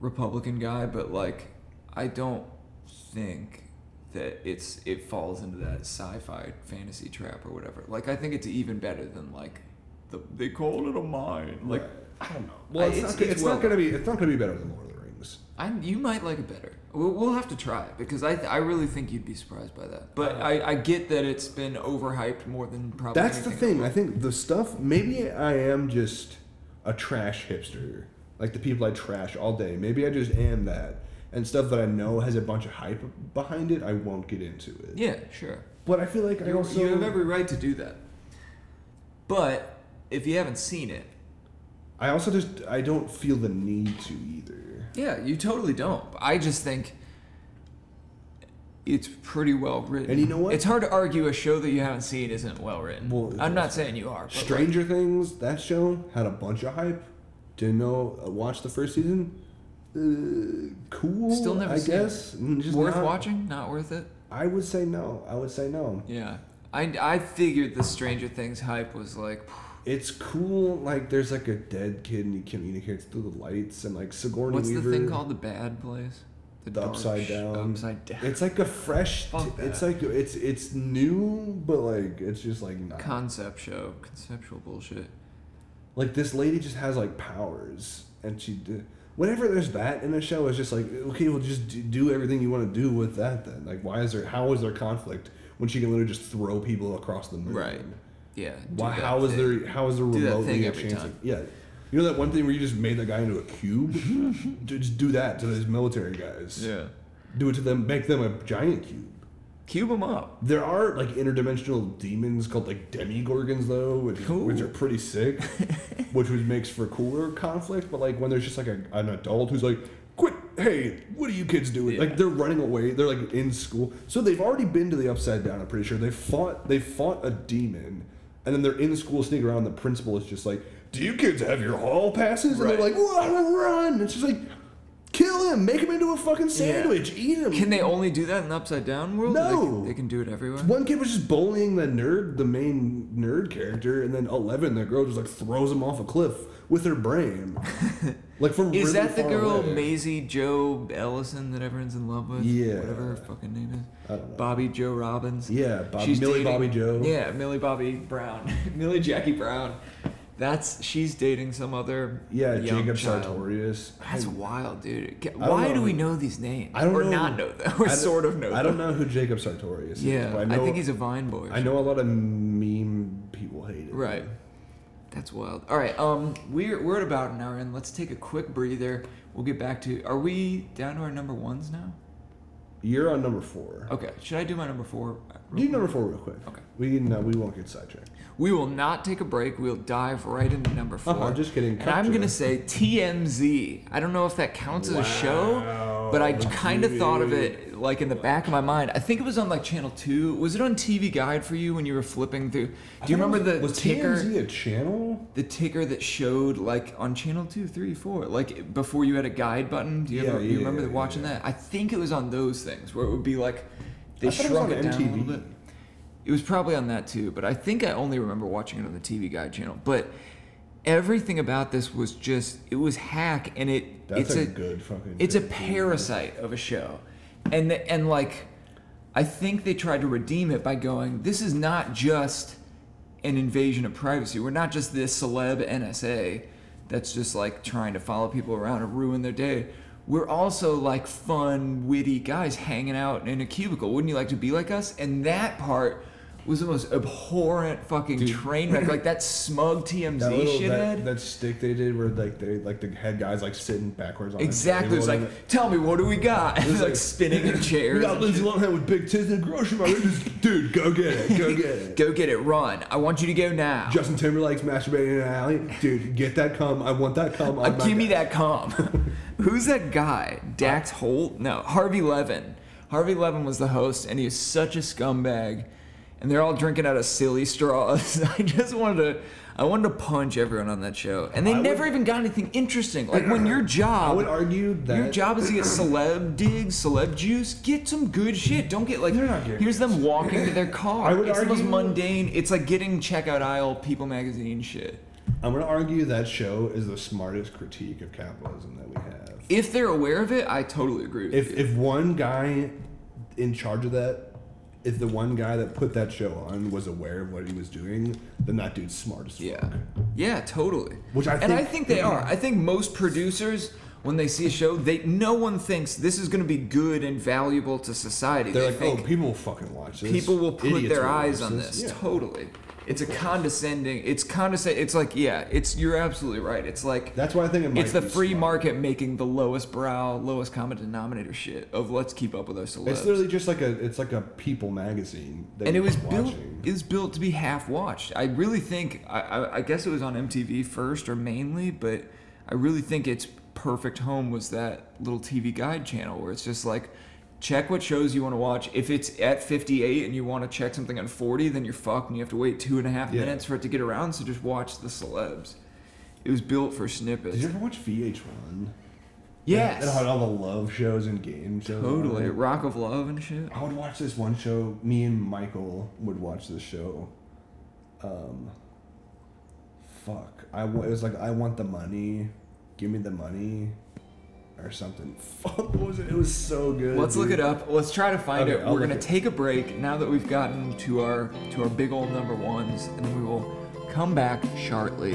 Republican guy, but like I don't think that it's it falls into that sci-fi fantasy trap or whatever. Like I think it's even better than like the they called it a mine. Like
I don't know. Well, it's,
I- it's-
not, gonna-
it's
it's
well
not gonna be. It's not gonna be better than Lord of the Rings.
I you might like it better. We'll, we'll have to try it because I I really think you'd be surprised by that. But I, I get that it's been overhyped more than probably.
That's the
anything
thing. I think the stuff. Maybe I am just a trash hipster, like the people I trash all day. Maybe I just am that, and stuff that I know has a bunch of hype behind it. I won't get into it.
Yeah, sure.
But I feel like I
You,
also.
you have every right to do that. But if you haven't seen it,
I also just I don't feel the need to either.
yeah, you totally don't. I just think it's pretty well written.
And you know what?
It's hard to argue a show that you haven't seen isn't well written.
Well,
I'm not saying you are. But
Stranger Things, that show had a bunch of hype. Didn't know. Watch the first season. Uh, cool.
Still never
I
seen it.
guess. Mm, Just
like, worth
not-
watching, not worth it.
I would say no. I would say no.
Yeah, I I figured the Stranger Things hype was like.
It's cool. Like there's like a dead kid and he communicates through the lights and like Sigourney
What's
Weaver.
the thing called? The bad place?
The
dark
upside
sh-
down.
Upside down.
It's like a fresh. T-
Fuck that.
it's like it's it's new, but like it's just like not.
Concept show. Conceptual bullshit.
like this lady just has like powers and she did whenever there's that in a show it's just like okay well just do, do everything you want to do with that then like why is there how is there conflict when she can literally just throw people across the moon
Right. Yeah. do
why
that
how is
thing.
there e- how is there
Do that
remotely
thing
a
every
chance
time.
of- yeah you know that one thing where you just made the guy into a cube Dude, just do that to those military guys
Yeah.
do it to them make them a giant cube
Cube them up.
there are like interdimensional demons called like demigorgons though, which,
Ooh.
which are pretty sick, which would makes for cooler conflict. But like when there's just like a, an adult who's like, "Quit! Hey, what are you kids doing?"
Yeah.
Like they're running away. They're like in school, so they've already been to the upside down. I'm pretty sure they fought. They fought a demon, and then they're in school sneaking around. and the principal is just like, "Do you kids have your hall passes?" And they're
Right.
like, "Run, run!" And she's like, "Kill him! Make him into a fucking sandwich! Eat him!"
Can they only do that in the upside down world? Or They
No.
can, they can do it everywhere.
One kid was just bullying the nerd, the main nerd character, and then Eleven, the girl, just like throws him off a cliff. with her brain. Like from
Is
really
that the
far
girl
away.
Maisie Joe Ellison that everyone's in love with?
Yeah.
Whatever her fucking name is.
I don't know.
Bobby Joe Robbins.
Yeah, Bob, Millie
dating-
Bobby Joe.
Yeah, Millie Bobby Brown. Millie Jackie Brown. That's she's dating some other
Yeah,
young
Jacob
child.
Sartorius.
That's
I-
wild, dude. Ca-
don't
Why
know
do we
who-
know these names?
I don't
or
know.
not know them.
I
Or
don't-
sort of know
I don't
them.
know who Jacob Sartorius is.
Yeah,
but
I,
I, know,
think he's a Vine boy. or
I know a lot of meme people hate it.
Right. That's wild. All right, um, we're we're at about an hour in. Let's take a quick breather. We'll get back to. Are we down to our number ones now?
You're on number four.
Okay. Should I do my number four?
Do number four real quick.
Okay.
We no, we won't get sidetracked.
We will not take a break. We'll dive right into number 4
Uh-huh, just kidding.
And I'm
Cut,
gonna
Joe.
say TMZ. I don't know if that counts as a show, but I
Wow,
kind of thought of
dude.
it like in the back of my mind. I think it was on like Channel Two. Was it on TV Guide for you when you were flipping through? Do you remember the
was
ticker?
TMZ a channel?
the ticker that showed like on channel two, three, four, like before you had a guide button. Do you
Yeah,
ever you
yeah,
remember
yeah,
watching that? I think it was on those things where it would be like they
I thought it was
shrunk
on
it, down a
MTV.
little bit. It was probably on that too, but I think I only remember watching it on the TV Guide channel. But everything about this was just it was hack, and it
That's
it's
a,
a,
good fucking.
it's a
thing.
parasite of a show, and the, and like I think they tried to redeem it by going, this is not just an invasion of privacy. We're not just this celeb NSA that's just like trying to follow people around and ruin their day. We're also like fun, witty guys hanging out in a cubicle. Wouldn't you like to be like us? And that part was the most abhorrent fucking train wreck. Like that smug TMZ
That, little,
shithead.
that, that stick they did where like they like the head guys like sitting backwards on the
Exactly. It's
table
like,
and
tell me, what do we got? It's like,
like-
spinning in
We
chairs.
got
and
Lindsay
shit.
Lohan with big tits in the grocery mart. We just- Dude, go get it. Go get it.
Go get it. Run. I want you to go now.
Justin Timberlake's masturbating in an alley. Dude, get that cum. I want that Uh, cum.
Uh,
on my
give me
back.
that com. Who's that guy? Dax Holt? No, Harvey Levin. Harvey Levin was the host, and he was such a scumbag. And they're all drinking out of silly straws. I just wanted to, I wanted to punch everyone on that show. And they
I would-
never even got anything interesting. Like when your job,
I would argue that
Your job is to get celeb digs, celeb juice. Get some good shit. Don't get like
They're not getting
here's them walking to their car.
I would
it's the most
argue-
mundane. It's like getting checkout aisle People magazine shit.
I'm gonna argue that show is the smartest critique of capitalism that we have.
If they're aware of it, I totally agree with
If
you.
if one guy in charge of that, if the one guy that put that show on was aware of what he was doing, then that dude's smart as fuck.
yeah, yeah, totally.
Which I
and I
think-
think they are. I think most producers. When they see a show, they no one thinks this is going to be good and valuable to society.
They're
They
like,
think,
oh, people will fucking watch this.
people will put
Idiots
their
will watch
eyes on this
Yeah.
totally it's a condescending it's condescend it's like yeah it's you're absolutely right it's like
That's why I think it might
it's the
be
free
smart.
market making the lowest brow lowest common denominator shit of let's keep up with our celebs
It's literally just like a it's like a people magazine. That
and it
you
was
keep
built
watching.
it was built to be half watched i really think I, I i guess it was on mtv first or mainly but i really think its perfect home was that little tv guide channel where it's just like check what shows you want to watch if it's at 58 and you want to check something on 40 then you're fucked and you have to wait two and a half
Yeah.
minutes for it to get around so just watch the celebs it was built for snippets
Did you ever watch VH1?
yes
It had all the love shows and game shows. on
totally
it.
rock of love and shit
I would watch this one show. Me and Michael would watch this show. Um, fuck. I wa- it was like I want the money. Give me the money, or something. Fuck. What was it? It was so good.
Let's look
dude.
it up. Let's try to find
Okay,
it.
I'll look
We're gonna
it up.
take a break now that we've gotten to our to our big old number ones, and then we will come back shortly.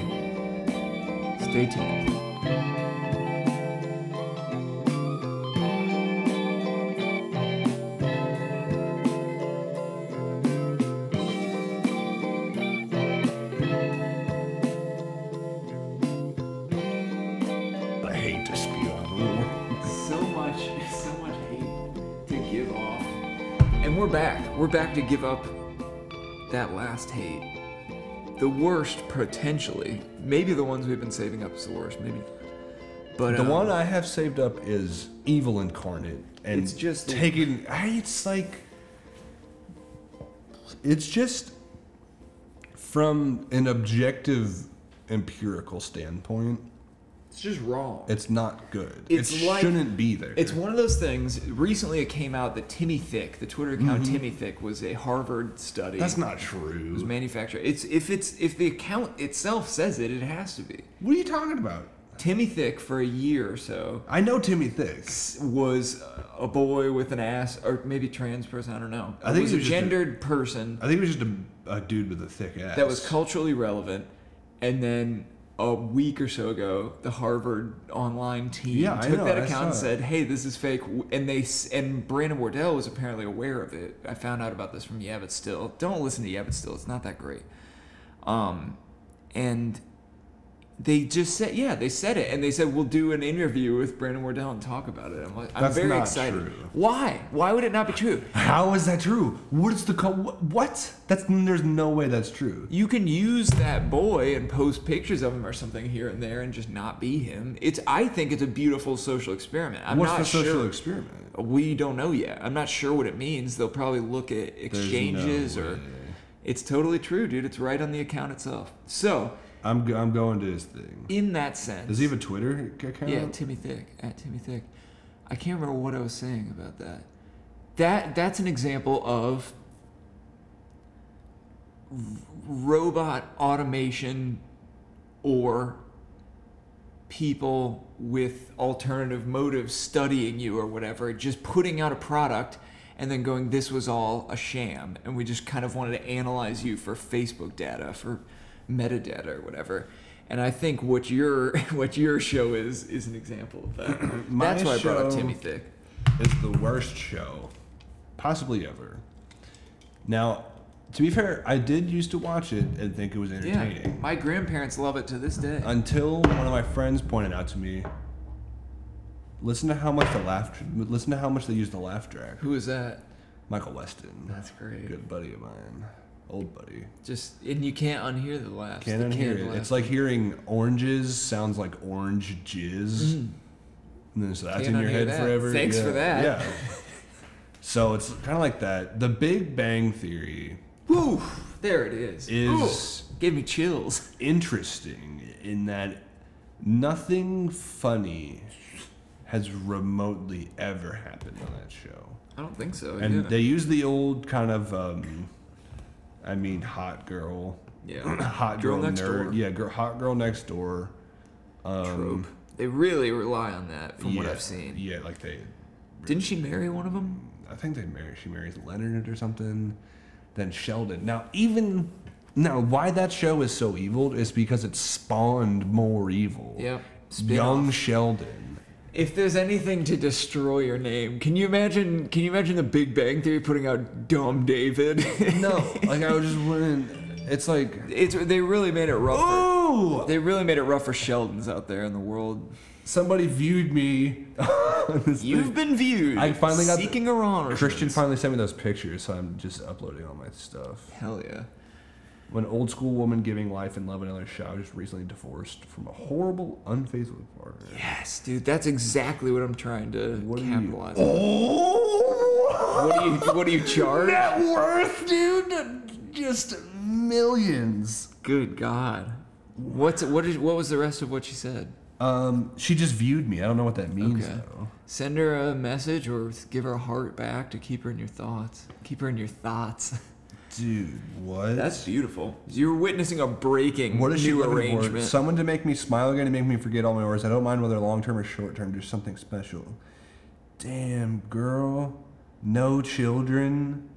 Stay tuned.
I hate to spew on. it.
So much, so much hate to give off. And we're back. We're back to give up that last hate. The worst, potentially. Maybe the ones we've been saving up is the worst. Maybe. But
The
um,
one I have saved up is Evil Incarnate, and
It's just-
taking. I, it's like it's just from an objective, empirical standpoint.
It's just wrong.
It's not good.
It's
it
like-
shouldn't be there.
It's one of those things. Recently, it came out that Timmy Thick, the Twitter account Timmy Thick, was a Harvard study.
Mm-hmm. That's not
It was
true.
manufactured. It's if it's if the account itself says it, it has to be.
What are you talking about?
Timmy Thick for a year or so
I know Timmy Thick.
s- was a boy with an ass, or maybe trans person. I don't know.
I think
was
he
a
was just a-
gendered person
I think it was just a, a dude with a thick ass.
that was culturally relevant, and then a week or so ago, the Harvard online team
Yeah, I
took
know,
that
I
account and
saw
said, "Hey, this is fake," w- and they s- and Brandon Wardell was apparently aware of it. I found out about this from Yeah, but still, don't listen to Yeah, but still, it's not that great. Um, and they just said, yeah, they said it, and they said we'll do an interview with Brandon Wardell and talk about it. I'm like, I'm
That's
very
not
excited.
true.
Why? Why would it not be true?
How is that true? What's the co- wh- what? That's there's no way that's true.
you can use that boy and post pictures of him or something here and there and just not be him. It's I think it's a beautiful social experiment. I'm
What's
not
the social
sure.
experiment?
we don't know yet. I'm not sure what it means. They'll probably look at
There's
exchanges
no
or
way.
it's totally true, dude. It's right on the account itself. So,
I'm go- I'm going to his thing.
in that sense.
Does he have a Twitter account?
Yeah, Timmy Thick at Timmy Thick. I can't remember what I was saying about that. That that's an example of r- robot automation or people with alternative motives studying you or whatever, just putting out a product and then going, this was all a sham. And we just kind of wanted to analyze you for Facebook data, for metadata or whatever. And I think what your what your show is is an example of that.
My
That's why I brought up
show-
Timmy Thick.
It's the worst show, possibly ever. Now, to be fair, I did used to watch it and think it was
Yeah,
entertaining
my grandparents love it to this day.
until one of my friends pointed out to me. Listen to how much the laugh. Listen to how much they use the laugh track.
Who is that?
Michael Weston.
That's great.
good buddy of mine, old buddy.
Just and you can't unhear the laughs.
Can't
the
unhear
canned
it.
laugh.
It's like hearing oranges sounds like orange jizz, and then so that's
Can't
in your
unhear
head
Mm. that.
forever.
Thanks
Yeah.
for that.
Yeah. so it's kind of like that. The Big Bang Theory
Woo! There it is.
is
Ooh, gave me chills.
interesting in that nothing funny has remotely ever happened on that show.
I don't think so.
And
Oh, yeah.
they use the old kind of, um, I mean, hot girl
yeah.
hot
Girl
girl,
Next
nerd.
Door.
Yeah, girl, hot girl next door. Um,
trope. They really rely on that from what
yeah,
I've seen.
Yeah, like they.
Didn't she marry one of them?
I think they marry. She marries Leonard or something, then Sheldon. Now even now, why that show is so evil is because it spawned more evil.
Yep.
Young Sheldon.
If there's anything to destroy your name, can you imagine can you imagine the Big Bang Theory putting out Dumb David?
No, like I was just wondering. It's like,
it's they really made it rough.
oh,
For, they really made it rough for Sheldons out there in the world.
somebody viewed me. on this
You've
thing.
been viewed.
I finally got the-
seeking a wrong.
Christian finally sent me those pictures, so I'm just uploading all my stuff.
Hell yeah.
When old school woman giving life and love another shot was just recently divorced from a horrible, unfaithful partner.
Yes, dude. That's exactly what I'm trying to
What do you-
capitalize on.
Oh!
What do you what do you charge?
Net worth, dude! Just millions.
Good God. What's what is what was the rest of what she said?
Um, she just viewed me. I don't know what that means,
Okay.
though.
Send her a message or give her a heart back to keep her in your thoughts. Keep her in your thoughts.
Dude, what?
beautiful. You're witnessing a breaking
what is she
new
looking for?
arrangement.
Someone to make me smile again and make me forget all my worries. I don't mind whether long term or short term. Just something special. Damn, girl. No children.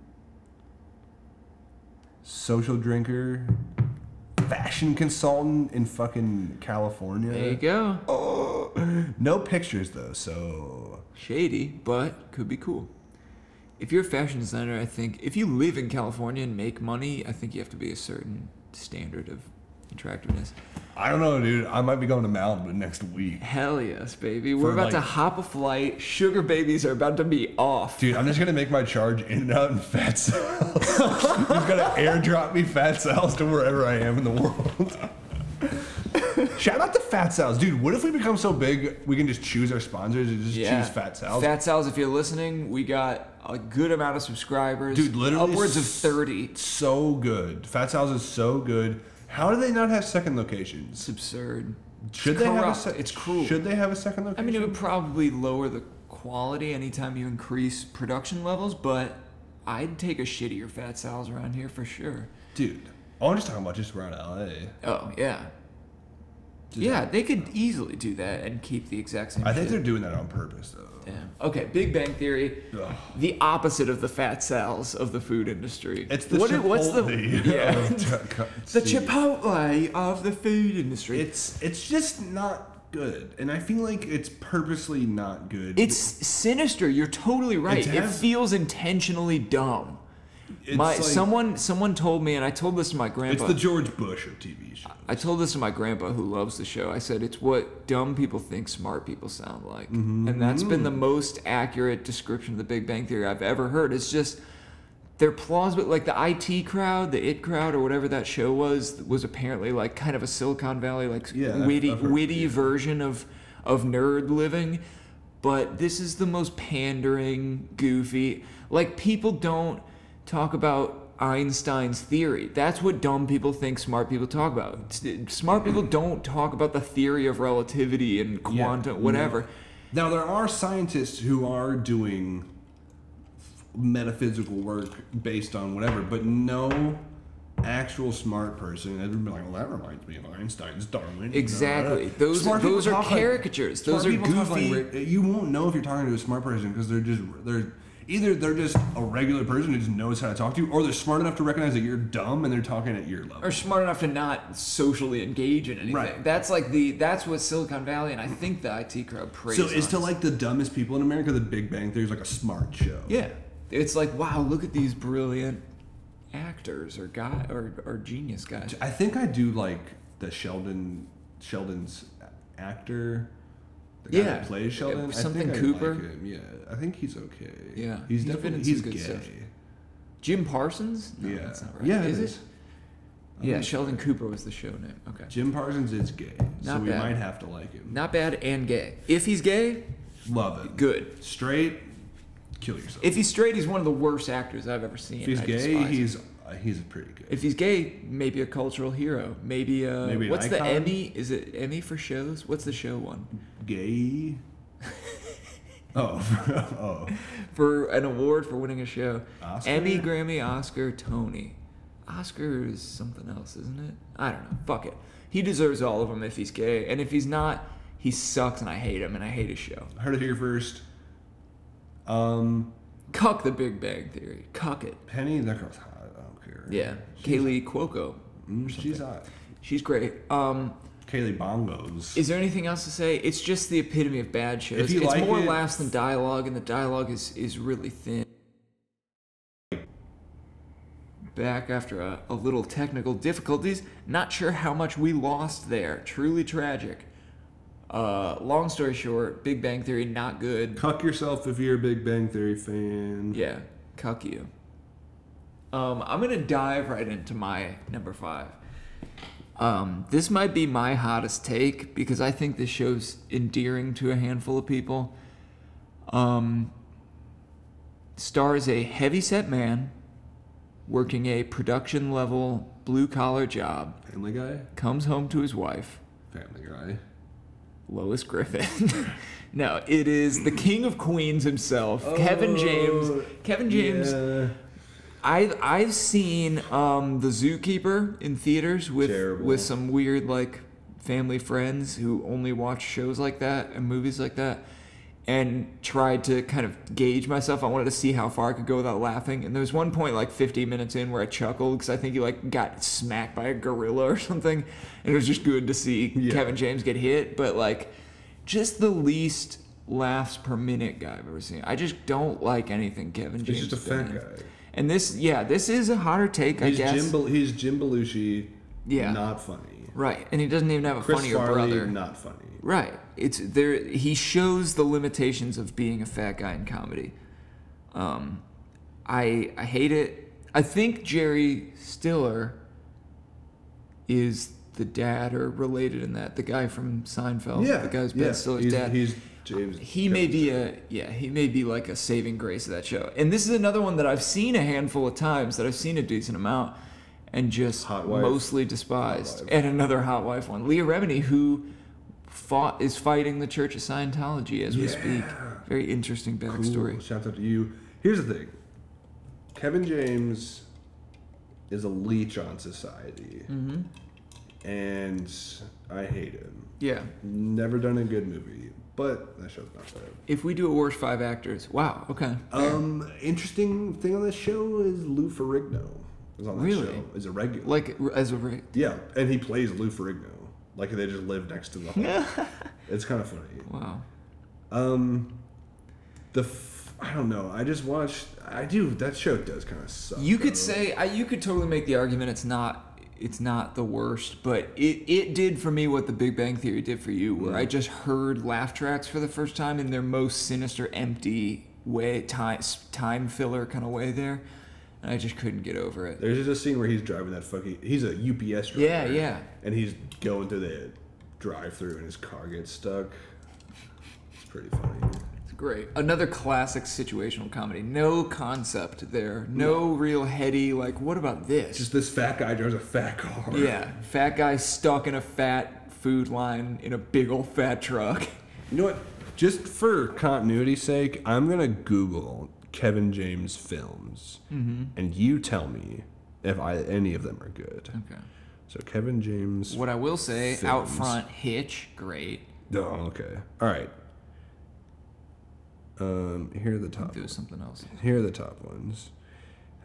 Social drinker. Fashion consultant in fucking California.
There you go.
Oh, no pictures though, so
Shady, but could be cool. If you're a fashion designer, I think if you live in California and make money, I think you have to be a certain standard of attractiveness.
I don't know, dude. I might be going to Malibu next week.
Hell yes, baby. We're
For,
about
like-
to hop a flight. Sugar babies are about to be off.
Dude, I'm just gonna make my charge in and out in fat cells. He's gonna airdrop me fat cells to wherever I am in the world. Shout out to fat cells, dude. What if we become so big we can just choose our sponsors and just choose fat cells?
Fat Sal's, if you're listening, we got a good amount of subscribers.
Dude, literally
upwards of
s-
30.
It's so good. Fat cells is so good. How do they not have second locations?
It's absurd.
Should
it's
they have a
corrupt.
se-
It's cruel.
Should they have a second
I
location?
mean, it would probably lower the quality anytime you increase production levels, but I'd take a shittier Fat Sal's around here for sure.
dude. Oh, I'm just talking about just around LA.
Oh yeah,
Just-
yeah, they could easily do that and keep the exact same.
I think they're
shit.
doing that on purpose though.
Damn. Okay, Big Bang Theory,
Ugh.
the opposite of the Fat Sal's of the food industry.
It's the
What i-
Chipotle.
what's the yeah?
yeah.
The Chipotle of the food industry.
It's it's just not good, and I feel like it's purposely not good.
It's sinister. You're totally right.
to
It
have-
feels intentionally dumb.
It's
my
like-
someone someone told me, and I told this to my
It's
grandpa.
the George Bush of TV show.
I told this to my grandpa who loves the show. I said it's what dumb people think smart people sound like, and that's been
Mm-hmm.
the most accurate description of the Big Bang Theory I've ever heard. It's just they're plausible, like the IT crowd, the IT crowd, or whatever that show was, was apparently like kind of a Silicon Valley like
Yeah, I've-
witty
I've heard,
witty
yeah.
version of of nerd living. But this is the most pandering, goofy. Like people don't talk about Einstein's theory. That's what dumb people think smart people talk about. S- Smart people don't talk about the theory of relativity and quantum,
no.
whatever.
Now there are scientists who are doing metaphysical work based on whatever, but no actual smart person has been like, "Well, that reminds me of Einstein's Darwin."
Exactly. Those-
people
those are
talk like-
caricatures.
smart
Those are
people talk like
goofy-
re- you won't know if you're talking to a smart person because they're just they're either they're just a regular person who just knows how to talk to you, or they're smart enough to recognize that you're dumb and they're talking at your level.
are smart enough to not socially engage in anything.
Right.
That's like the that's what Silicon Valley and I think the IT crowd praise.
so is to
on.
like the dumbest people in America, the Big Bang Theory is like a smart show.
yeah, it's like wow, look at these brilliant actors or guy or, or genius guys.
I think I do like the Sheldon Sheldon's actor. The guy
Yeah.
that plays Sheldon. I
Something
think I
Cooper.
like him, Yeah, I think he's okay.
Yeah.
he's,
He's been
definitely
in
he's
some
gay.
good stuff. Jim Parsons? No,
yeah,
that's not right.
yeah,
is it?
is.
Yeah, Sheldon Cooper was the show name. Okay,
Jim Parsons is gay, so
Not
we
bad.
might have to like him.
not bad and gay. If he's gay,
Love it.
good.
Straight, kill yourself.
If he's straight, he's one of the worst actors I've ever seen.
If he's
I
gay,
despise him.
he's uh, he's pretty good.
If he's gay, maybe a cultural hero. Maybe uh
Maybe an
what's the
icon?
Emmy? Is it Emmy for shows? What's the show one?
Gay. oh, oh.
For an award for winning a show.
Oscar?
Emmy, Grammy, Oscar, Tony. Oscar is something else, isn't it? I don't know. Fuck it. He deserves all of them if he's gay, and if he's not, he sucks and I hate him and I hate his show.
Heard it here first. Um,
Cuck the Big Bang Theory. Cuck it.
Penny, that girl's hot. I don't care.
Yeah. Kaylee Cuoco.
Mm, she's hot.
She's great. Um,
Kaylee Bongos.
Is there anything else to say? It's just the epitome of bad shows.
If you
it's
like
more
it-
laughs than dialogue, and the dialogue is, is really thin. Back after a, a little technical difficulties. Not sure how much we lost there. Truly tragic. Uh, long story short, Big Bang Theory not good.
Cuck yourself if you're a Big Bang Theory fan.
Yeah, cuck you. Um, I'm gonna dive right into my number five. Um, this might be my hottest take because I think this show's endearing to a handful of people. Um, stars a heavyset man working a production level blue collar job,
Family Guy?
comes home to his wife,
Family Guy.
Lois Griffin. no, it is the king of queens himself, Kevin James. Kevin James.
Yeah.
I've I've seen um, the Zookeeper in theaters with
Terrible.
with some weird like family friends who only watch shows like that and movies like that, and tried to kind of gauge myself. I wanted to see how far I could go without laughing. And there was one point like 50 minutes in where I chuckled because I think he like got smacked by a gorilla or something, and it was just good to see
Yeah.
Kevin James get hit. But like, just the least laughs per minute guy I've ever seen. I just don't like anything Kevin James.
He's just a
done.
fat guy.
And this, yeah, this is a hotter take, I
He's
guess.
Jim, Bel- he's Jim Belushi.
Yeah.
Not funny.
right, and he doesn't even have a
Chris
funnier
Farley, uh,
brother.
not funny.
Right, it's there. He shows the limitations of being a fat guy in comedy. Um, I I hate it. I think Jerry Stiller is the dad or related in that the guy from Seinfeld.
yeah.
the guy's Ben
yeah.
Stiller's
he's,
dad.
He's James.
He may be a yeah, he may be like a saving grace of that show. And this is another one that I've seen a handful of times that I've seen a decent amount and just
Hot Wife.
mostly despised.
Hot Wife.
and another hot wife one. Leah Remini, who fought is fighting the Church of Scientology as we speak.
Yeah.
Very interesting backstory.
Cool. Shout out to you. Here's the thing. Kevin James is a leech on society,
Mm-hmm.
and I hate him.
Yeah.
Never done a good movie, but that show's not bad.
If we do a worst five actors, wow. Okay.
Um, interesting thing on this show is Lou Ferrigno is on that
Really?
show. Is a regular.
Like as a re-
yeah, and he plays Lou Ferrigno. Like they just live next to the hall. it's kind of funny.
wow.
Um, the f- I don't know. I just watched. I do that show does kind of suck.
You could
though.
say I, you could totally make the argument it's not it's not the worst, but it it did for me what The Big Bang Theory did for you, where I just heard laugh tracks for the first time in their most sinister, empty way time time filler kind of way there, and I just couldn't get over it.
There's just a scene where he's driving that fucking. He's a UPS driver.
Yeah, yeah.
And he's going through the drive-through, and his car gets stuck. It's pretty funny.
It's great. Another classic situational comedy. No concept there. No real heady like what about this?
Just this fat guy drives a fat car.
yeah, fat guy stuck in a fat food line in a big old fat truck.
You know what? Just for continuity's sake, I'm gonna Google Kevin James films, and you tell me if I any of them are good.
Okay.
So Kevin James.
What I will say, out
Films.
front, Hitch, great.
No, okay. All right. Um, here are the top.
There was something else.
Here are the top ones.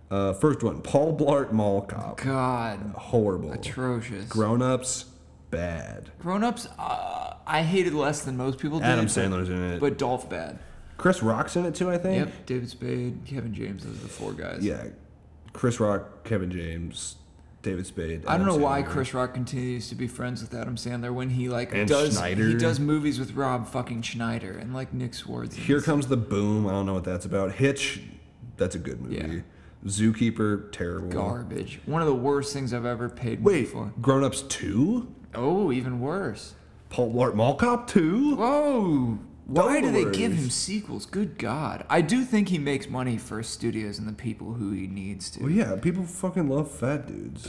Uh, first one, Paul Blart Mall Cop.
God,
Horrible.
atrocious.
Grown ups, bad.
Grown ups, uh, I hated less than most people did.
Adam
but-
Sandler's in it.
But Dolph bad.
Chris Rock's in it too, I think.
Yep, David Spade, Kevin James, those are the four guys.
Yeah. Chris Rock, Kevin James, David Spade.
I
Adam
don't know why
Sandler.
Chris Rock continues to be friends with Adam Sandler when he like
And
does
Schneider.
he does movies with Rob fucking Schneider and like Nick Swartz.
Here comes the boom. I don't know what that's about. Hitch, that's a good movie. Zookeeper, terrible.
garbage. One of the worst things I've ever paid money
Wait,
for.
Grown Ups 2?
Oh, even worse.
Paul Blart Mall Cop 2?
Whoa! Why do they give
Dollars.
him sequels? Good God! I do think he makes money for studios and the people who he needs to.
Well, yeah, people fucking love fat dudes.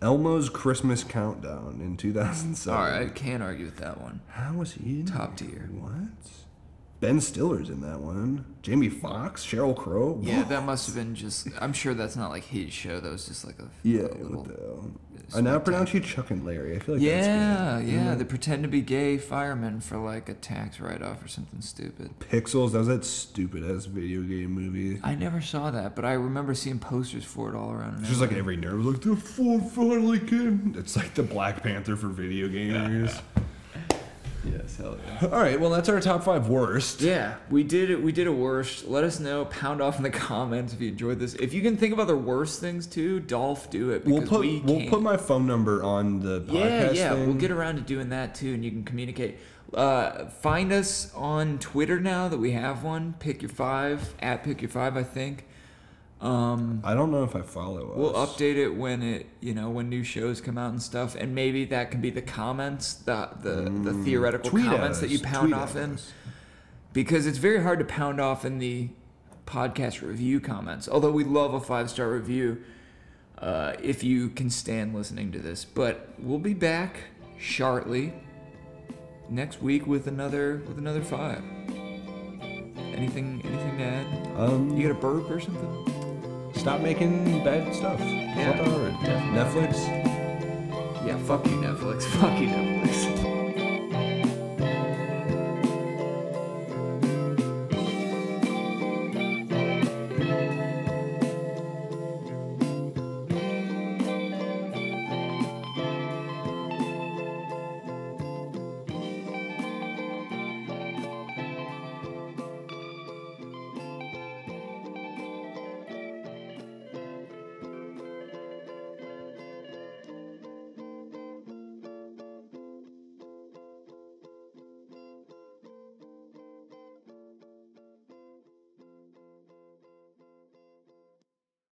Elmo's Christmas Countdown in 2007.
All right, I can't argue with that one.
How was he in
Top
here?
tier.
What? Ben Stiller's in that one. Jamie Foxx, Cheryl Crow.
Yeah, that must have been just. I'm sure that's not like his show. That was just like a
Yeah,
a little.
what the hell? I now pronounce you Chuck and Larry. I feel like that's
Yeah, yeah. They pretend to be gay firemen for like a tax write-off or something stupid.
good. Pixels, that was that stupid ass video game movie.
I never saw that, but I remember seeing posters for it all around.
It's just like every nerd was like, the four finally came. It's like the Black Panther for video gamers.
yes, hell yeah.
All right, well, that's our top five worst.
Yeah, we did it. We did a worst. Let us know. Pound off in the comments if you enjoyed this. If you can think of other worst things too, Dolph, do it because
We'll put we
we can't.
will put my phone number on the podcast.
yeah, yeah.
thing.
We'll get around to doing that too, and you can communicate. Uh, find us on Twitter now that we have one. Pick your five at pick your five, I think. Um,
I don't know if I follow us.
we'll update it when it you know when new shows come out and stuff, and maybe that can be the comments, the the, the theoretical
Mm, Tweet at
comments that
us,
you pound
tweet
off
at
in
us.
because it's very hard to pound off in the podcast review comments. Although we love a five star review, uh, if you can stand listening to this. But we'll be back shortly next week with another with another five. Anything anything to add?
Um,
You got a burp or something?
stop making bad stuff.
Yeah.
Stop it. Netflix.
Yeah, fuck you Netflix. Fuck you Netflix.